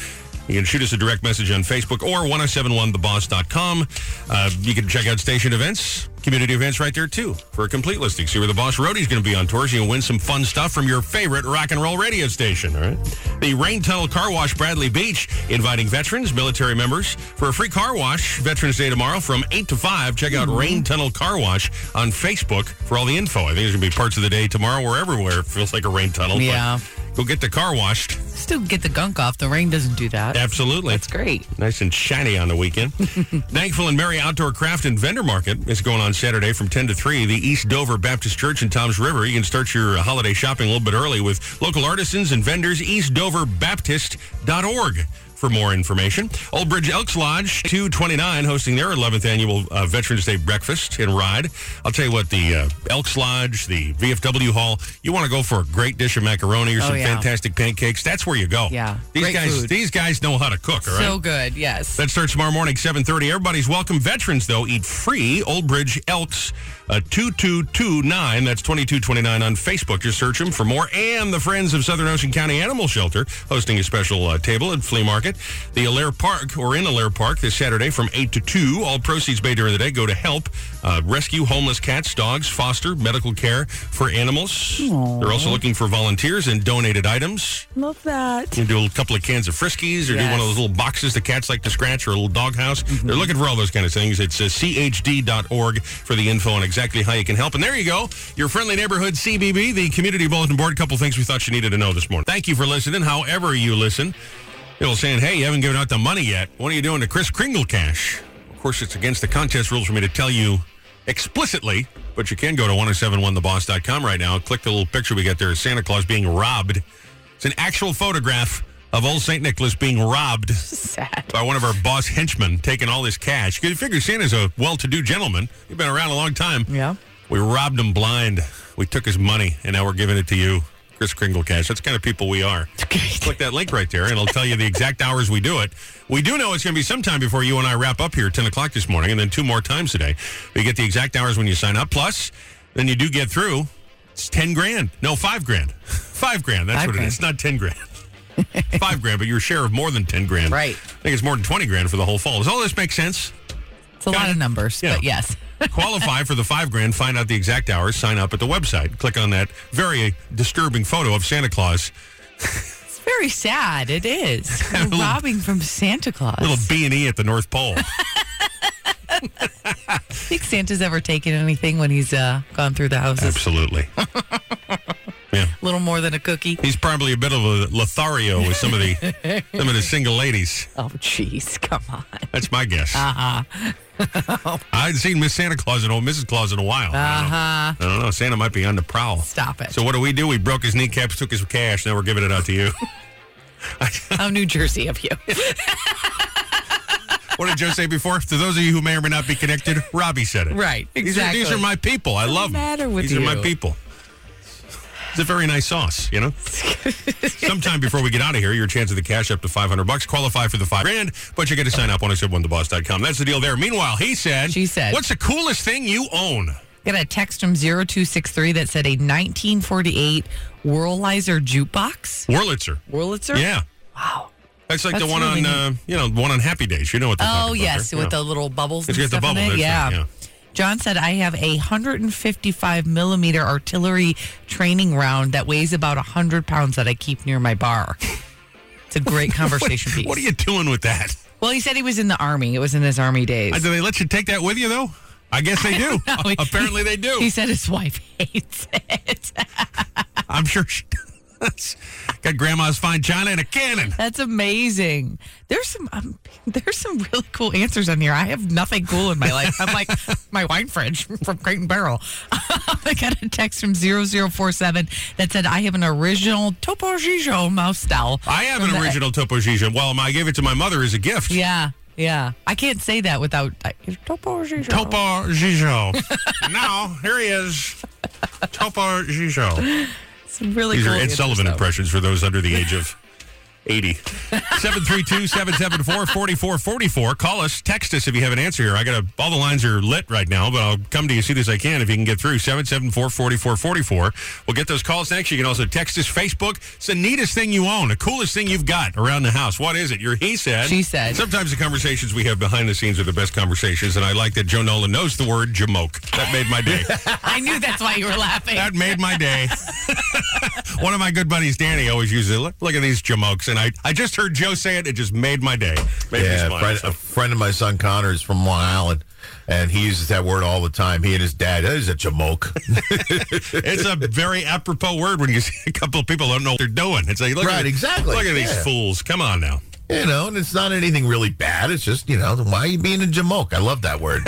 [SPEAKER 1] You can shoot us a direct message on Facebook or 1071theboss.com. Uh, you can check out station events, community events right there too for a complete listing. See where the Boss Roadie's going to be on tours. You can win some fun stuff from your favorite rock and roll radio station. All right. The Rain Tunnel Car Wash Bradley Beach inviting veterans, military members for a free car wash Veterans Day tomorrow from 8 to 5. Check
[SPEAKER 2] Mm-hmm.
[SPEAKER 1] out Rain Tunnel Car Wash on Facebook for all the info. I think there's going to be parts of the day tomorrow where everywhere feels like a rain tunnel. but
[SPEAKER 2] Yeah.
[SPEAKER 1] Go get the car washed.
[SPEAKER 2] Still get the gunk off. The rain doesn't do that.
[SPEAKER 1] Absolutely.
[SPEAKER 2] That's great.
[SPEAKER 1] Nice and shiny on the weekend. Thankful and Merry Outdoor Craft and Vendor Market is going on Saturday from 10 to 3. The East Dover Baptist Church in Toms River. You can start your holiday shopping a little bit early with local artisans and vendors. EastDoverBaptist.org for more information. Old Bridge Elks Lodge 229 hosting their 11th annual uh, Veterans Day breakfast and ride. I'll tell you what, the uh, Elks Lodge, the VFW Hall, you want to go for a great dish of macaroni or
[SPEAKER 2] Oh,
[SPEAKER 1] some
[SPEAKER 2] yeah.
[SPEAKER 1] fantastic pancakes. That's where you go.
[SPEAKER 2] Yeah.
[SPEAKER 1] These
[SPEAKER 2] Great
[SPEAKER 1] guys,
[SPEAKER 2] food.
[SPEAKER 1] these guys know how to cook, all right?
[SPEAKER 2] So good. Yes.
[SPEAKER 1] That starts tomorrow morning, 7.30. Everybody's welcome. Veterans, though, eat free. Old Bridge Elks uh, 2229. That's 2229 on Facebook. Just search them for more. And the Friends of Southern Ocean County Animal Shelter hosting a special uh, table at Flea Market. The Allaire Park, or in Allaire Park, this Saturday from 8 to 2. All proceeds made during the day go to help uh, rescue homeless cats, dogs, foster, medical care for animals. They're also looking for volunteers and donated items.
[SPEAKER 2] Love that.
[SPEAKER 1] You can do a couple of cans of Friskies or do
[SPEAKER 2] Yes.
[SPEAKER 1] one of those little boxes the cats like to scratch or a little doghouse. They're looking for all those kind of things. It's uh, chd.org for the info on exactly how you can help. And there you go, your friendly neighborhood CBB, the Community Bulletin Board. A couple things we thought you needed to know this morning. Thank you for listening, however you listen. People saying, hey, you haven't given out the money yet. What are you doing to Chris Kringle cash? Of course, it's against the contest rules for me to tell you explicitly, but you can go to 1071theboss.com right now. Click the little picture we got there of Santa Claus being robbed. It's an actual photograph of old St. Nicholas being robbed
[SPEAKER 2] Sad.
[SPEAKER 1] by one of our boss henchmen taking all this cash. Because you figure Santa's a well to do gentleman. He's been around a long time.
[SPEAKER 2] Yeah.
[SPEAKER 1] We robbed him blind. We took his money, and now we're giving it to you. Chris Kringle cash. That's the kind of people we are. Click that link right there, and it'll tell you the exact hours we do it. We do know it's going to be sometime before you and I wrap up here at 10 o'clock this morning, and then two more times today. We get the exact hours when you sign up. Plus, then you do get through. It's 10 grand. No, 5 grand. 5 grand. That's
[SPEAKER 2] Five
[SPEAKER 1] what it
[SPEAKER 2] grand.
[SPEAKER 1] is. It's not 10 grand. 5 grand, but your share of more than 10 grand. I
[SPEAKER 2] Right.
[SPEAKER 1] think it's more than 20 grand for the whole fall. Does all this make sense?
[SPEAKER 2] It's a
[SPEAKER 1] Got
[SPEAKER 2] lot
[SPEAKER 1] it.
[SPEAKER 2] of numbers,
[SPEAKER 1] Yeah.
[SPEAKER 2] but yes.
[SPEAKER 1] Qualify for the five grand. Find out the exact hours. Sign up at the website. Click on that very disturbing photo of Santa Claus.
[SPEAKER 2] It's very sad. It is. You're
[SPEAKER 1] Little-
[SPEAKER 2] robbing from Santa Claus.
[SPEAKER 1] Little B and E at the North Pole.
[SPEAKER 2] think Santa's ever taken anything when he's uh, gone through the houses.
[SPEAKER 1] Absolutely. yeah,
[SPEAKER 2] A little more than a cookie.
[SPEAKER 1] he's probably a bit of a Lothario with some of the some of the single ladies.
[SPEAKER 2] Oh, jeez. Come on.
[SPEAKER 1] That's my guess. Uh-huh. I hadn't seen Miss Santa Claus and old Mrs. Claus in a while. Uh huh. I don't know. Santa might be on the prowl.
[SPEAKER 2] Stop it.
[SPEAKER 1] So what do we do? We broke his kneecaps, took his cash. Now we're giving it out to you.
[SPEAKER 2] How New Jersey of you.
[SPEAKER 1] What did Joe say before? To those of you who may or may not be connected, Robbie said it.
[SPEAKER 2] Right,
[SPEAKER 1] These are- These are,
[SPEAKER 2] exactly.
[SPEAKER 1] my people. I love them.
[SPEAKER 2] matter with
[SPEAKER 1] these are my
[SPEAKER 2] you.
[SPEAKER 1] people. It's a very nice sauce, you know. Sometime before we get out of here, your chance of the cash up to five hundred bucks. Qualify for the five grand, but you got to sign up on com. That's the deal there. Meanwhile, he said,
[SPEAKER 2] She said.
[SPEAKER 1] what's the coolest thing you own?"
[SPEAKER 2] Got a text from 0263 that said a 1948 Whirlizer jukebox.
[SPEAKER 1] Wurlitzer.
[SPEAKER 2] Whirlitzer?
[SPEAKER 1] Yeah.
[SPEAKER 2] Wow.
[SPEAKER 1] That's like the
[SPEAKER 2] That's
[SPEAKER 1] one
[SPEAKER 2] really
[SPEAKER 1] on, uh, you know, the one on Happy Days. You know what? they're talking
[SPEAKER 2] Oh
[SPEAKER 1] about
[SPEAKER 2] yes,
[SPEAKER 1] there.
[SPEAKER 2] with
[SPEAKER 1] Yeah.
[SPEAKER 2] the little bubbles.
[SPEAKER 1] It's
[SPEAKER 2] and
[SPEAKER 1] got the
[SPEAKER 2] stuff in
[SPEAKER 1] bubble, that's
[SPEAKER 2] it. Yeah.
[SPEAKER 1] right, yeah.
[SPEAKER 2] John said, "I have a 155 millimeter artillery training round that weighs about 100 pounds that I keep near my bar." It's a great conversation
[SPEAKER 1] what,
[SPEAKER 2] piece.
[SPEAKER 1] What are you doing with that?
[SPEAKER 2] well, he said he was in the army. It was in his army days.
[SPEAKER 1] Uh, Do they let you take that with you though? I guess they do.
[SPEAKER 2] No, he-
[SPEAKER 1] Apparently they do.
[SPEAKER 2] He said his wife hates it.
[SPEAKER 1] I'm sure she does. Got grandma's fine china and a cannon.
[SPEAKER 2] That's amazing. There's some um, there's some really cool answers on here. I have nothing cool in my life. I'm like my wine fridge from Crate and Barrel. I got a text from 0047 that said I have an original Topo Gijo mouse style.
[SPEAKER 1] I have an
[SPEAKER 2] From the-
[SPEAKER 1] original Topo Gigio. Well, my- I gave it to my mother as a gift.
[SPEAKER 2] Yeah, yeah. I can't say that without I, Topo Gijo.
[SPEAKER 1] Topo Gigio. now, here he is. Topo Gigio.
[SPEAKER 2] Some really
[SPEAKER 1] These
[SPEAKER 2] cool
[SPEAKER 1] are Ed
[SPEAKER 2] answers,
[SPEAKER 1] Sullivan
[SPEAKER 2] though.
[SPEAKER 1] impressions for those under the age of 80. 732-774-4444. Call us, text us if you have an answer here. I got all the lines are lit right now, but I'll come to you as soon as I can if you can get through. 774-4444. We'll get those calls next. You can also text us Facebook. It's the neatest thing you own, the coolest thing you've got around the house. What is it? Your he said.
[SPEAKER 2] She said.
[SPEAKER 1] Sometimes the conversations we have behind the scenes are the best conversations, and I like that Joe Nolan knows the word jamoke. That made my day.
[SPEAKER 2] I knew that's why you were laughing.
[SPEAKER 1] That made my day. One of my good buddies, Danny, always uses it. Look, look at these jamokes. And I, I just heard Joe say it. It just made my day. Made me
[SPEAKER 3] Yeah, a
[SPEAKER 1] smile.
[SPEAKER 3] friend,
[SPEAKER 1] So-
[SPEAKER 3] a friend of my son Connor is from Long Island, and he uses that word all the time. He and his dad, that is a jamoke.
[SPEAKER 1] it's a very apropos word when you see a couple of people don't know what they're doing. It's like, look at
[SPEAKER 3] Right,
[SPEAKER 1] the-
[SPEAKER 3] exactly.
[SPEAKER 1] Look at these
[SPEAKER 3] Yeah.
[SPEAKER 1] fools. Come on now.
[SPEAKER 3] you know, and it's not anything really bad. It's just, you know, why are you being a jamoke? I love that word.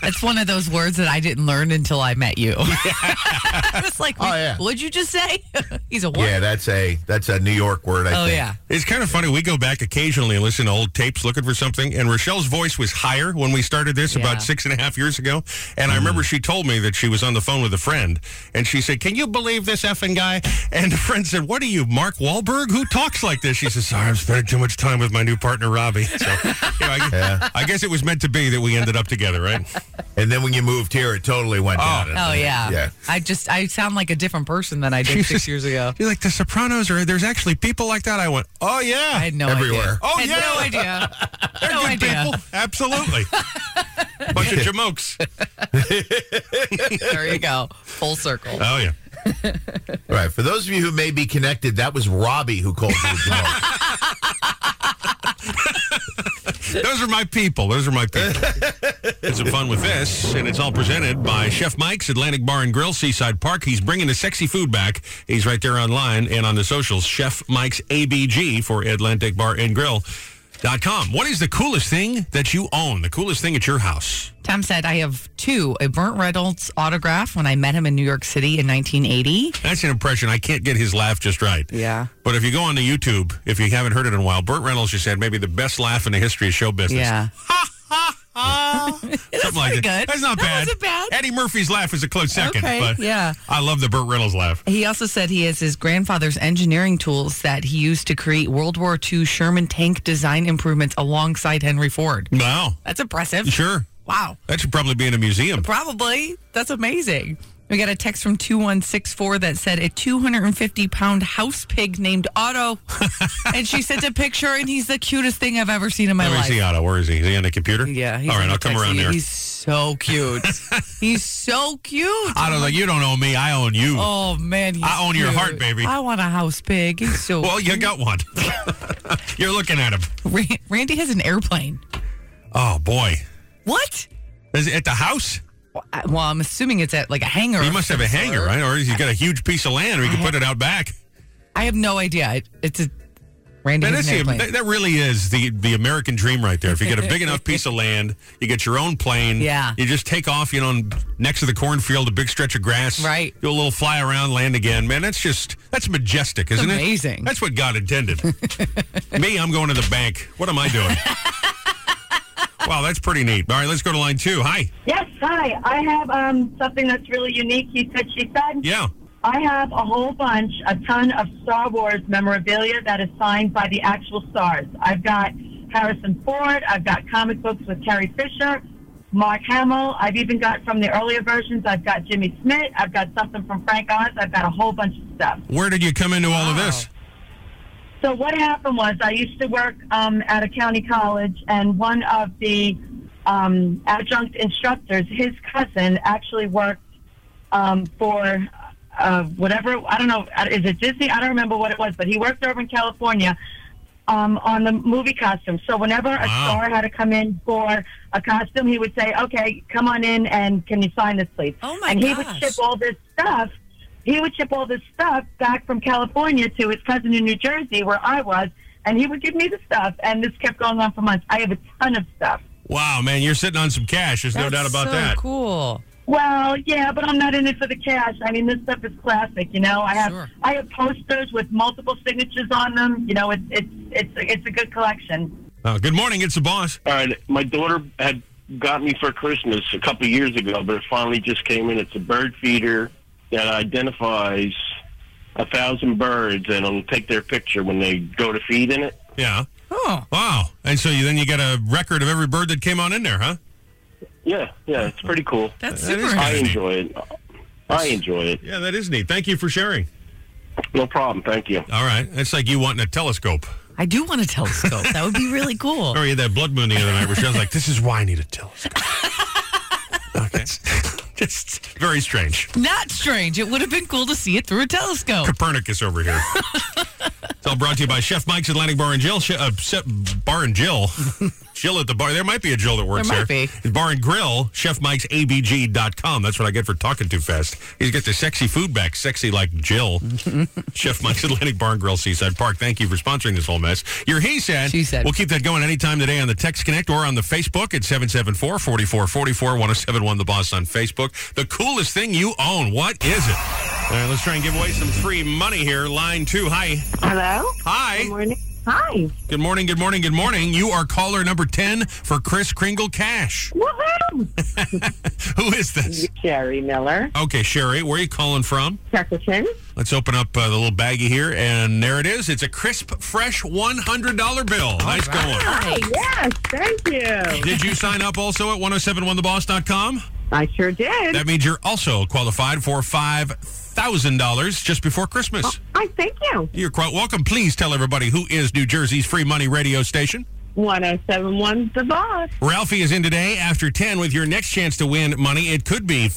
[SPEAKER 2] That's one of those words that I didn't learn until I met you. I was like,
[SPEAKER 3] Oh, yeah.
[SPEAKER 2] what'd you just say? He's a what?
[SPEAKER 3] yeah, that's a that's a New York word, I
[SPEAKER 2] oh,
[SPEAKER 3] think.
[SPEAKER 2] yeah.
[SPEAKER 1] It's kind of funny. We go back occasionally and listen to old tapes looking for something. And Rochelle's voice was higher when we started this
[SPEAKER 2] Yeah.
[SPEAKER 1] about six and a half years ago. And I remember she told me that she was on the phone with a friend. And she said, Can you believe this effing guy? And the friend said, What are you, Mark Wahlberg? Who talks like this? She says, Sorry, I'm spending too much time with my new partner, Robbie. So you know, I, I guess it was meant to be that we ended up together, right?
[SPEAKER 3] And then when you moved here, it totally went down.
[SPEAKER 2] Oh yeah.
[SPEAKER 3] Yeah.
[SPEAKER 2] I just I sound like a different person than I did six years ago.
[SPEAKER 1] You're like, The Sopranos are, there's actually people like that. I went, Oh, yeah.
[SPEAKER 2] I had no
[SPEAKER 3] Everywhere.
[SPEAKER 2] idea.
[SPEAKER 1] Oh,
[SPEAKER 2] I had
[SPEAKER 1] yeah.
[SPEAKER 2] no idea.
[SPEAKER 1] They're
[SPEAKER 2] no
[SPEAKER 1] good
[SPEAKER 2] idea.
[SPEAKER 1] people. Absolutely. Bunch of jamokes.
[SPEAKER 2] There you go. Full circle.
[SPEAKER 1] Oh, yeah.
[SPEAKER 3] All right. For those of you who may be connected, that was Robbie who called you a jamoke.
[SPEAKER 1] Those are my people. Those are my people. It's some fun with this, and it's all presented by Chef Mike's Atlantic Bar and Grill, Seaside Park. He's bringing the sexy food back. He's right there online and on the socials. Chef Mike's ABG for Atlantic Bar and Grill. Dot com. What is the coolest thing that you own? The coolest thing at your house?
[SPEAKER 2] Tom said I have two, a Burnt Reynolds autograph when I met him in New York City in nineteen eighty.
[SPEAKER 1] That's an impression. I can't get his laugh just right.
[SPEAKER 2] Yeah.
[SPEAKER 1] But if you go on to YouTube, if you haven't heard it in a while, Burt Reynolds just had maybe the best laugh in the history of show business.
[SPEAKER 2] Yeah.
[SPEAKER 1] Something like
[SPEAKER 2] pretty
[SPEAKER 1] that.
[SPEAKER 2] good.
[SPEAKER 1] That's not
[SPEAKER 2] That
[SPEAKER 1] bad.
[SPEAKER 2] wasn't bad.
[SPEAKER 1] Eddie Murphy's laugh is a close second.
[SPEAKER 2] Okay,
[SPEAKER 1] but
[SPEAKER 2] yeah.
[SPEAKER 1] I love the Burt Reynolds laugh.
[SPEAKER 2] He also said he has his grandfather's engineering tools that he used to create World War II Sherman tank design improvements alongside Henry Ford.
[SPEAKER 1] Wow.
[SPEAKER 2] That's impressive.
[SPEAKER 1] Sure.
[SPEAKER 2] Wow.
[SPEAKER 1] That should probably be in a museum.
[SPEAKER 2] Probably. That's amazing. We got a text from 2164 that said a 250 pound house pig named Otto. and she sent a picture, and he's the cutest thing I've ever seen in my
[SPEAKER 1] Let me
[SPEAKER 2] life.
[SPEAKER 1] see Otto. Where is he? Is he on the computer?
[SPEAKER 2] Yeah.
[SPEAKER 1] All right,
[SPEAKER 2] in
[SPEAKER 1] I'll
[SPEAKER 2] the
[SPEAKER 1] come
[SPEAKER 2] text.
[SPEAKER 1] around
[SPEAKER 2] He-
[SPEAKER 1] there.
[SPEAKER 2] He's so cute. he's so cute.
[SPEAKER 1] Otto, like, you don't own me. I own you.
[SPEAKER 2] Oh, man. he's
[SPEAKER 1] I own your
[SPEAKER 2] cute.
[SPEAKER 1] heart, baby.
[SPEAKER 2] I want a house pig. He's so
[SPEAKER 1] Well, you got one. You're looking at him.
[SPEAKER 2] Ra- Randy has an airplane.
[SPEAKER 1] Oh, boy.
[SPEAKER 2] What?
[SPEAKER 1] Is it at the house?
[SPEAKER 2] Well, I- well, I'm assuming it's at like a hangar.
[SPEAKER 1] He
[SPEAKER 2] of
[SPEAKER 1] must have a
[SPEAKER 2] some
[SPEAKER 1] hangar,
[SPEAKER 2] sort.
[SPEAKER 1] right? Or he's got a huge piece of land where
[SPEAKER 2] Uh-huh.
[SPEAKER 1] he can put it out back.
[SPEAKER 2] I have no idea. It- It's a Randy
[SPEAKER 1] That
[SPEAKER 2] has
[SPEAKER 1] is
[SPEAKER 2] an
[SPEAKER 1] the,
[SPEAKER 2] airplane.
[SPEAKER 1] that, that really is the the American dream right there. If you get a big enough piece of land, you get your own plane.
[SPEAKER 2] Yeah.
[SPEAKER 1] You just take off, you know, and next to the cornfield, a big stretch of grass.
[SPEAKER 2] Right.
[SPEAKER 1] Do a little fly around, land again. Man, that's just that's majestic, isn't it?
[SPEAKER 2] amazing.
[SPEAKER 1] That's what God intended. Me, I'm going to the bank. What am I doing? wow, that's pretty neat. All right, let's go to line two. Hi.
[SPEAKER 8] Yes, hi. I have um, something that's really unique. He said, she said.
[SPEAKER 1] Yeah.
[SPEAKER 8] I have a whole bunch, a ton of Star Wars memorabilia that is signed by the actual stars. I've got Harrison Ford. I've got comic books with Carrie Fisher, Mark Hamill. I've even got from the earlier versions. I've got Jimmy Smith. I've got something from Frank Oz. I've got a whole bunch of stuff.
[SPEAKER 1] Where did you come into all of this?
[SPEAKER 8] So what happened was I used to work um, at a county college, and one of the um, adjunct instructors, his cousin, actually worked um, for uh, whatever I don't know. uh, Is it Disney? I don't remember what it was, but he worked over in California um, on the movie costume. So whenever a star had to come in for a costume, he would say, "Okay, come on in, and can you sign this, please?"
[SPEAKER 10] Oh, my
[SPEAKER 8] And he would
[SPEAKER 10] gosh.
[SPEAKER 8] ship all this stuff. He would ship all this stuff back from California to his cousin in New Jersey, where I was, and he would give me the stuff. And this kept going on for months. I have a ton of stuff.
[SPEAKER 1] Wow, man, you're sitting on some cash. There's no doubt about
[SPEAKER 2] so
[SPEAKER 1] that.
[SPEAKER 2] Cool.
[SPEAKER 8] Well, yeah, but I'm not in it for the cash. I mean, this stuff is classic, you know. I have
[SPEAKER 2] Sure.
[SPEAKER 8] I have posters with multiple signatures on them. You know, it's it's it's it's a good collection.
[SPEAKER 1] Oh, good morning. It's the boss.
[SPEAKER 6] And my daughter had got me for Christmas a couple of years ago, but it finally just came in. It's a bird feeder that identifies a thousand birds, and it'll take their picture when they go to feed in it.
[SPEAKER 1] Yeah.
[SPEAKER 2] Oh,
[SPEAKER 1] Wow. And so you then you get a record of every bird that came on in there, huh?
[SPEAKER 6] Yeah, yeah, it's pretty cool.
[SPEAKER 2] that's
[SPEAKER 1] That
[SPEAKER 2] super.
[SPEAKER 1] is
[SPEAKER 6] I
[SPEAKER 1] kinda neat.
[SPEAKER 6] enjoy it. I enjoy it.
[SPEAKER 1] Yeah, that is neat. Thank you for sharing.
[SPEAKER 6] No problem. Thank you.
[SPEAKER 1] All right. It's like you wanting a telescope.
[SPEAKER 2] I do want a telescope. that would be really cool.
[SPEAKER 1] Or you had that blood moon the other night where she was like, this is why I need a telescope. okay. Just very strange.
[SPEAKER 2] Not strange. It would have been cool to see it through a telescope.
[SPEAKER 1] Copernicus over here. it's all brought to you by Chef Mike's Atlantic Bar and Jill. She- uh, Se- bar and Jill. Jill at the bar. There might be a Jill that works
[SPEAKER 2] There
[SPEAKER 1] there.
[SPEAKER 2] might
[SPEAKER 1] Bar and Grill, Chef Mike's ABG.com. That's what I get for talking too fast. He's got the sexy food back, sexy like Jill. Chef Mike's Atlantic Bar and Grill, Seaside Park. Thank you for sponsoring this whole mess. Your He Said.
[SPEAKER 2] She Said.
[SPEAKER 1] We'll keep that going anytime today on the Text Connect or on the Facebook at 774 4444 1071 The Boss on Facebook. The coolest thing you own. What is it? All right, let's try and give away some free money here. Line two. Hi.
[SPEAKER 5] Hello?
[SPEAKER 1] Hi.
[SPEAKER 5] morning. Hi.
[SPEAKER 1] Good morning. Good morning. Good morning. You are caller number 10 for Chris Kringle Cash.
[SPEAKER 5] Woohoo!
[SPEAKER 1] Who is this?
[SPEAKER 5] Sherry Miller,
[SPEAKER 1] Okay, Sherry, where are you calling from?
[SPEAKER 5] Checkerton.
[SPEAKER 1] Let's open up uh, the little baggie here, and there it is. It's a crisp, fresh $100 bill. nice
[SPEAKER 5] Hi, Oh, yes, thank you.
[SPEAKER 1] going. Did you sign up also at 1071theboss.com?
[SPEAKER 8] Mm-hmm.
[SPEAKER 5] I sure did.
[SPEAKER 1] That means you're also qualified for $5,000 just before Christmas.
[SPEAKER 5] I thank you.
[SPEAKER 1] You're quite welcome. Please tell everybody who is New Jersey's free money radio station.
[SPEAKER 5] 1071 The Boss.
[SPEAKER 1] Ralphie is in today after 10 with your next chance to win money. It could be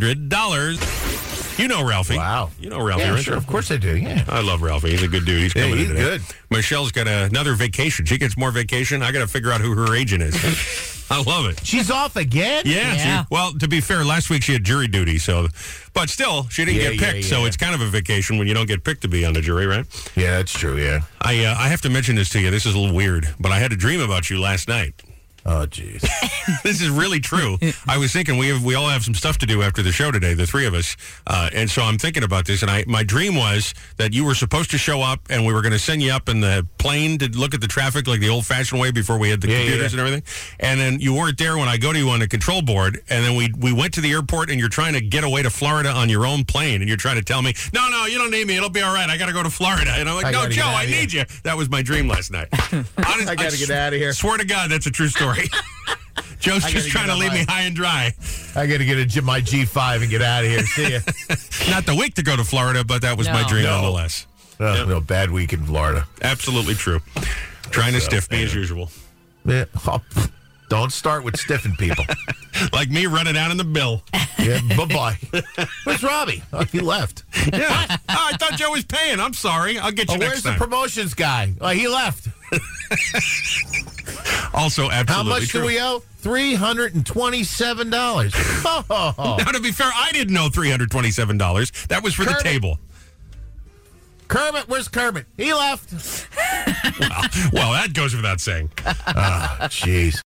[SPEAKER 1] $500. You know Ralphie.
[SPEAKER 3] Wow.
[SPEAKER 1] You know Ralphie,
[SPEAKER 3] Yeah,
[SPEAKER 1] right?
[SPEAKER 3] sure. Of course I do. Yeah.
[SPEAKER 1] I love Ralphie. He's a good dude. He's
[SPEAKER 3] Yeah,
[SPEAKER 1] coming
[SPEAKER 3] he's
[SPEAKER 1] in today.
[SPEAKER 3] good.
[SPEAKER 1] Michelle's got another vacation. She gets more vacation. I got to figure out who her agent is. I love it.
[SPEAKER 3] She's off again?
[SPEAKER 1] Yeah.
[SPEAKER 2] Yeah.
[SPEAKER 1] she- well, to be fair, last week she had jury duty, so but still she didn't
[SPEAKER 3] Yeah,
[SPEAKER 1] get
[SPEAKER 3] yeah,
[SPEAKER 1] picked.
[SPEAKER 3] yeah.
[SPEAKER 1] So it's kind of a vacation when you don't get picked to be on the jury, right?
[SPEAKER 3] Yeah, that's true. Yeah.
[SPEAKER 1] I uh, I have to mention this to you. This is a little weird, but I had a dream about you last night.
[SPEAKER 3] Oh, jeez.
[SPEAKER 1] this is really true. I was thinking we have, we all have some stuff to do after the show today, the three of us, uh, and so I'm thinking about this. And I my dream was that you were supposed to show up, and we were going to send you up in the plane to look at the traffic like the old fashioned way before we had the
[SPEAKER 3] Yeah, yeah,
[SPEAKER 1] computers and everything. And then you weren't there when I go to you on the control board, and then we we went to the airport, and you're trying to get away to Florida on your own plane, and you're trying to tell me, no, no, you don't need me. It'll be all right. I got to go to Florida, and I'm like,
[SPEAKER 3] I
[SPEAKER 1] no,
[SPEAKER 3] gotta get
[SPEAKER 1] Joe,
[SPEAKER 3] out
[SPEAKER 1] I
[SPEAKER 3] of here."
[SPEAKER 1] need you. That was my dream last night. Honest-
[SPEAKER 3] I gotta
[SPEAKER 1] s-
[SPEAKER 3] get out of here.
[SPEAKER 1] Swear to God, that's a true story. Joe's
[SPEAKER 3] I
[SPEAKER 1] just trying
[SPEAKER 3] gotta get
[SPEAKER 1] to
[SPEAKER 3] on
[SPEAKER 1] leave
[SPEAKER 3] my-
[SPEAKER 1] me high and dry.
[SPEAKER 3] I got to get a, G- my G5 and get out of here. See ya.
[SPEAKER 1] Not the week to go to Florida, but that was my
[SPEAKER 2] No.
[SPEAKER 1] dream
[SPEAKER 3] No.
[SPEAKER 1] nonetheless.
[SPEAKER 3] Oh, real bad week in Florida.
[SPEAKER 1] Absolutely true. Trying to stiff me as usual.
[SPEAKER 3] Yeah. Oh, pff, don't start with stiffing people.
[SPEAKER 1] Like me running out in the bill.
[SPEAKER 3] yeah, bye bye. Where's Robbie? Oh, he left.
[SPEAKER 1] Yeah. oh, I thought Joe was paying. I'm sorry. I'll get you
[SPEAKER 3] Oh,
[SPEAKER 1] next
[SPEAKER 3] where's the
[SPEAKER 1] time.
[SPEAKER 3] promotions guy? Oh, he left.
[SPEAKER 1] also, absolutely
[SPEAKER 3] How much
[SPEAKER 1] true.
[SPEAKER 3] do we owe? Three hundred and twenty-seven dollars. Oh,
[SPEAKER 1] now, to be fair, I didn't know $327. That was for the
[SPEAKER 3] Kermit.
[SPEAKER 1] table.
[SPEAKER 3] Kermit, where's Kermit? He left.
[SPEAKER 1] Well, that goes without saying.
[SPEAKER 3] Jeez.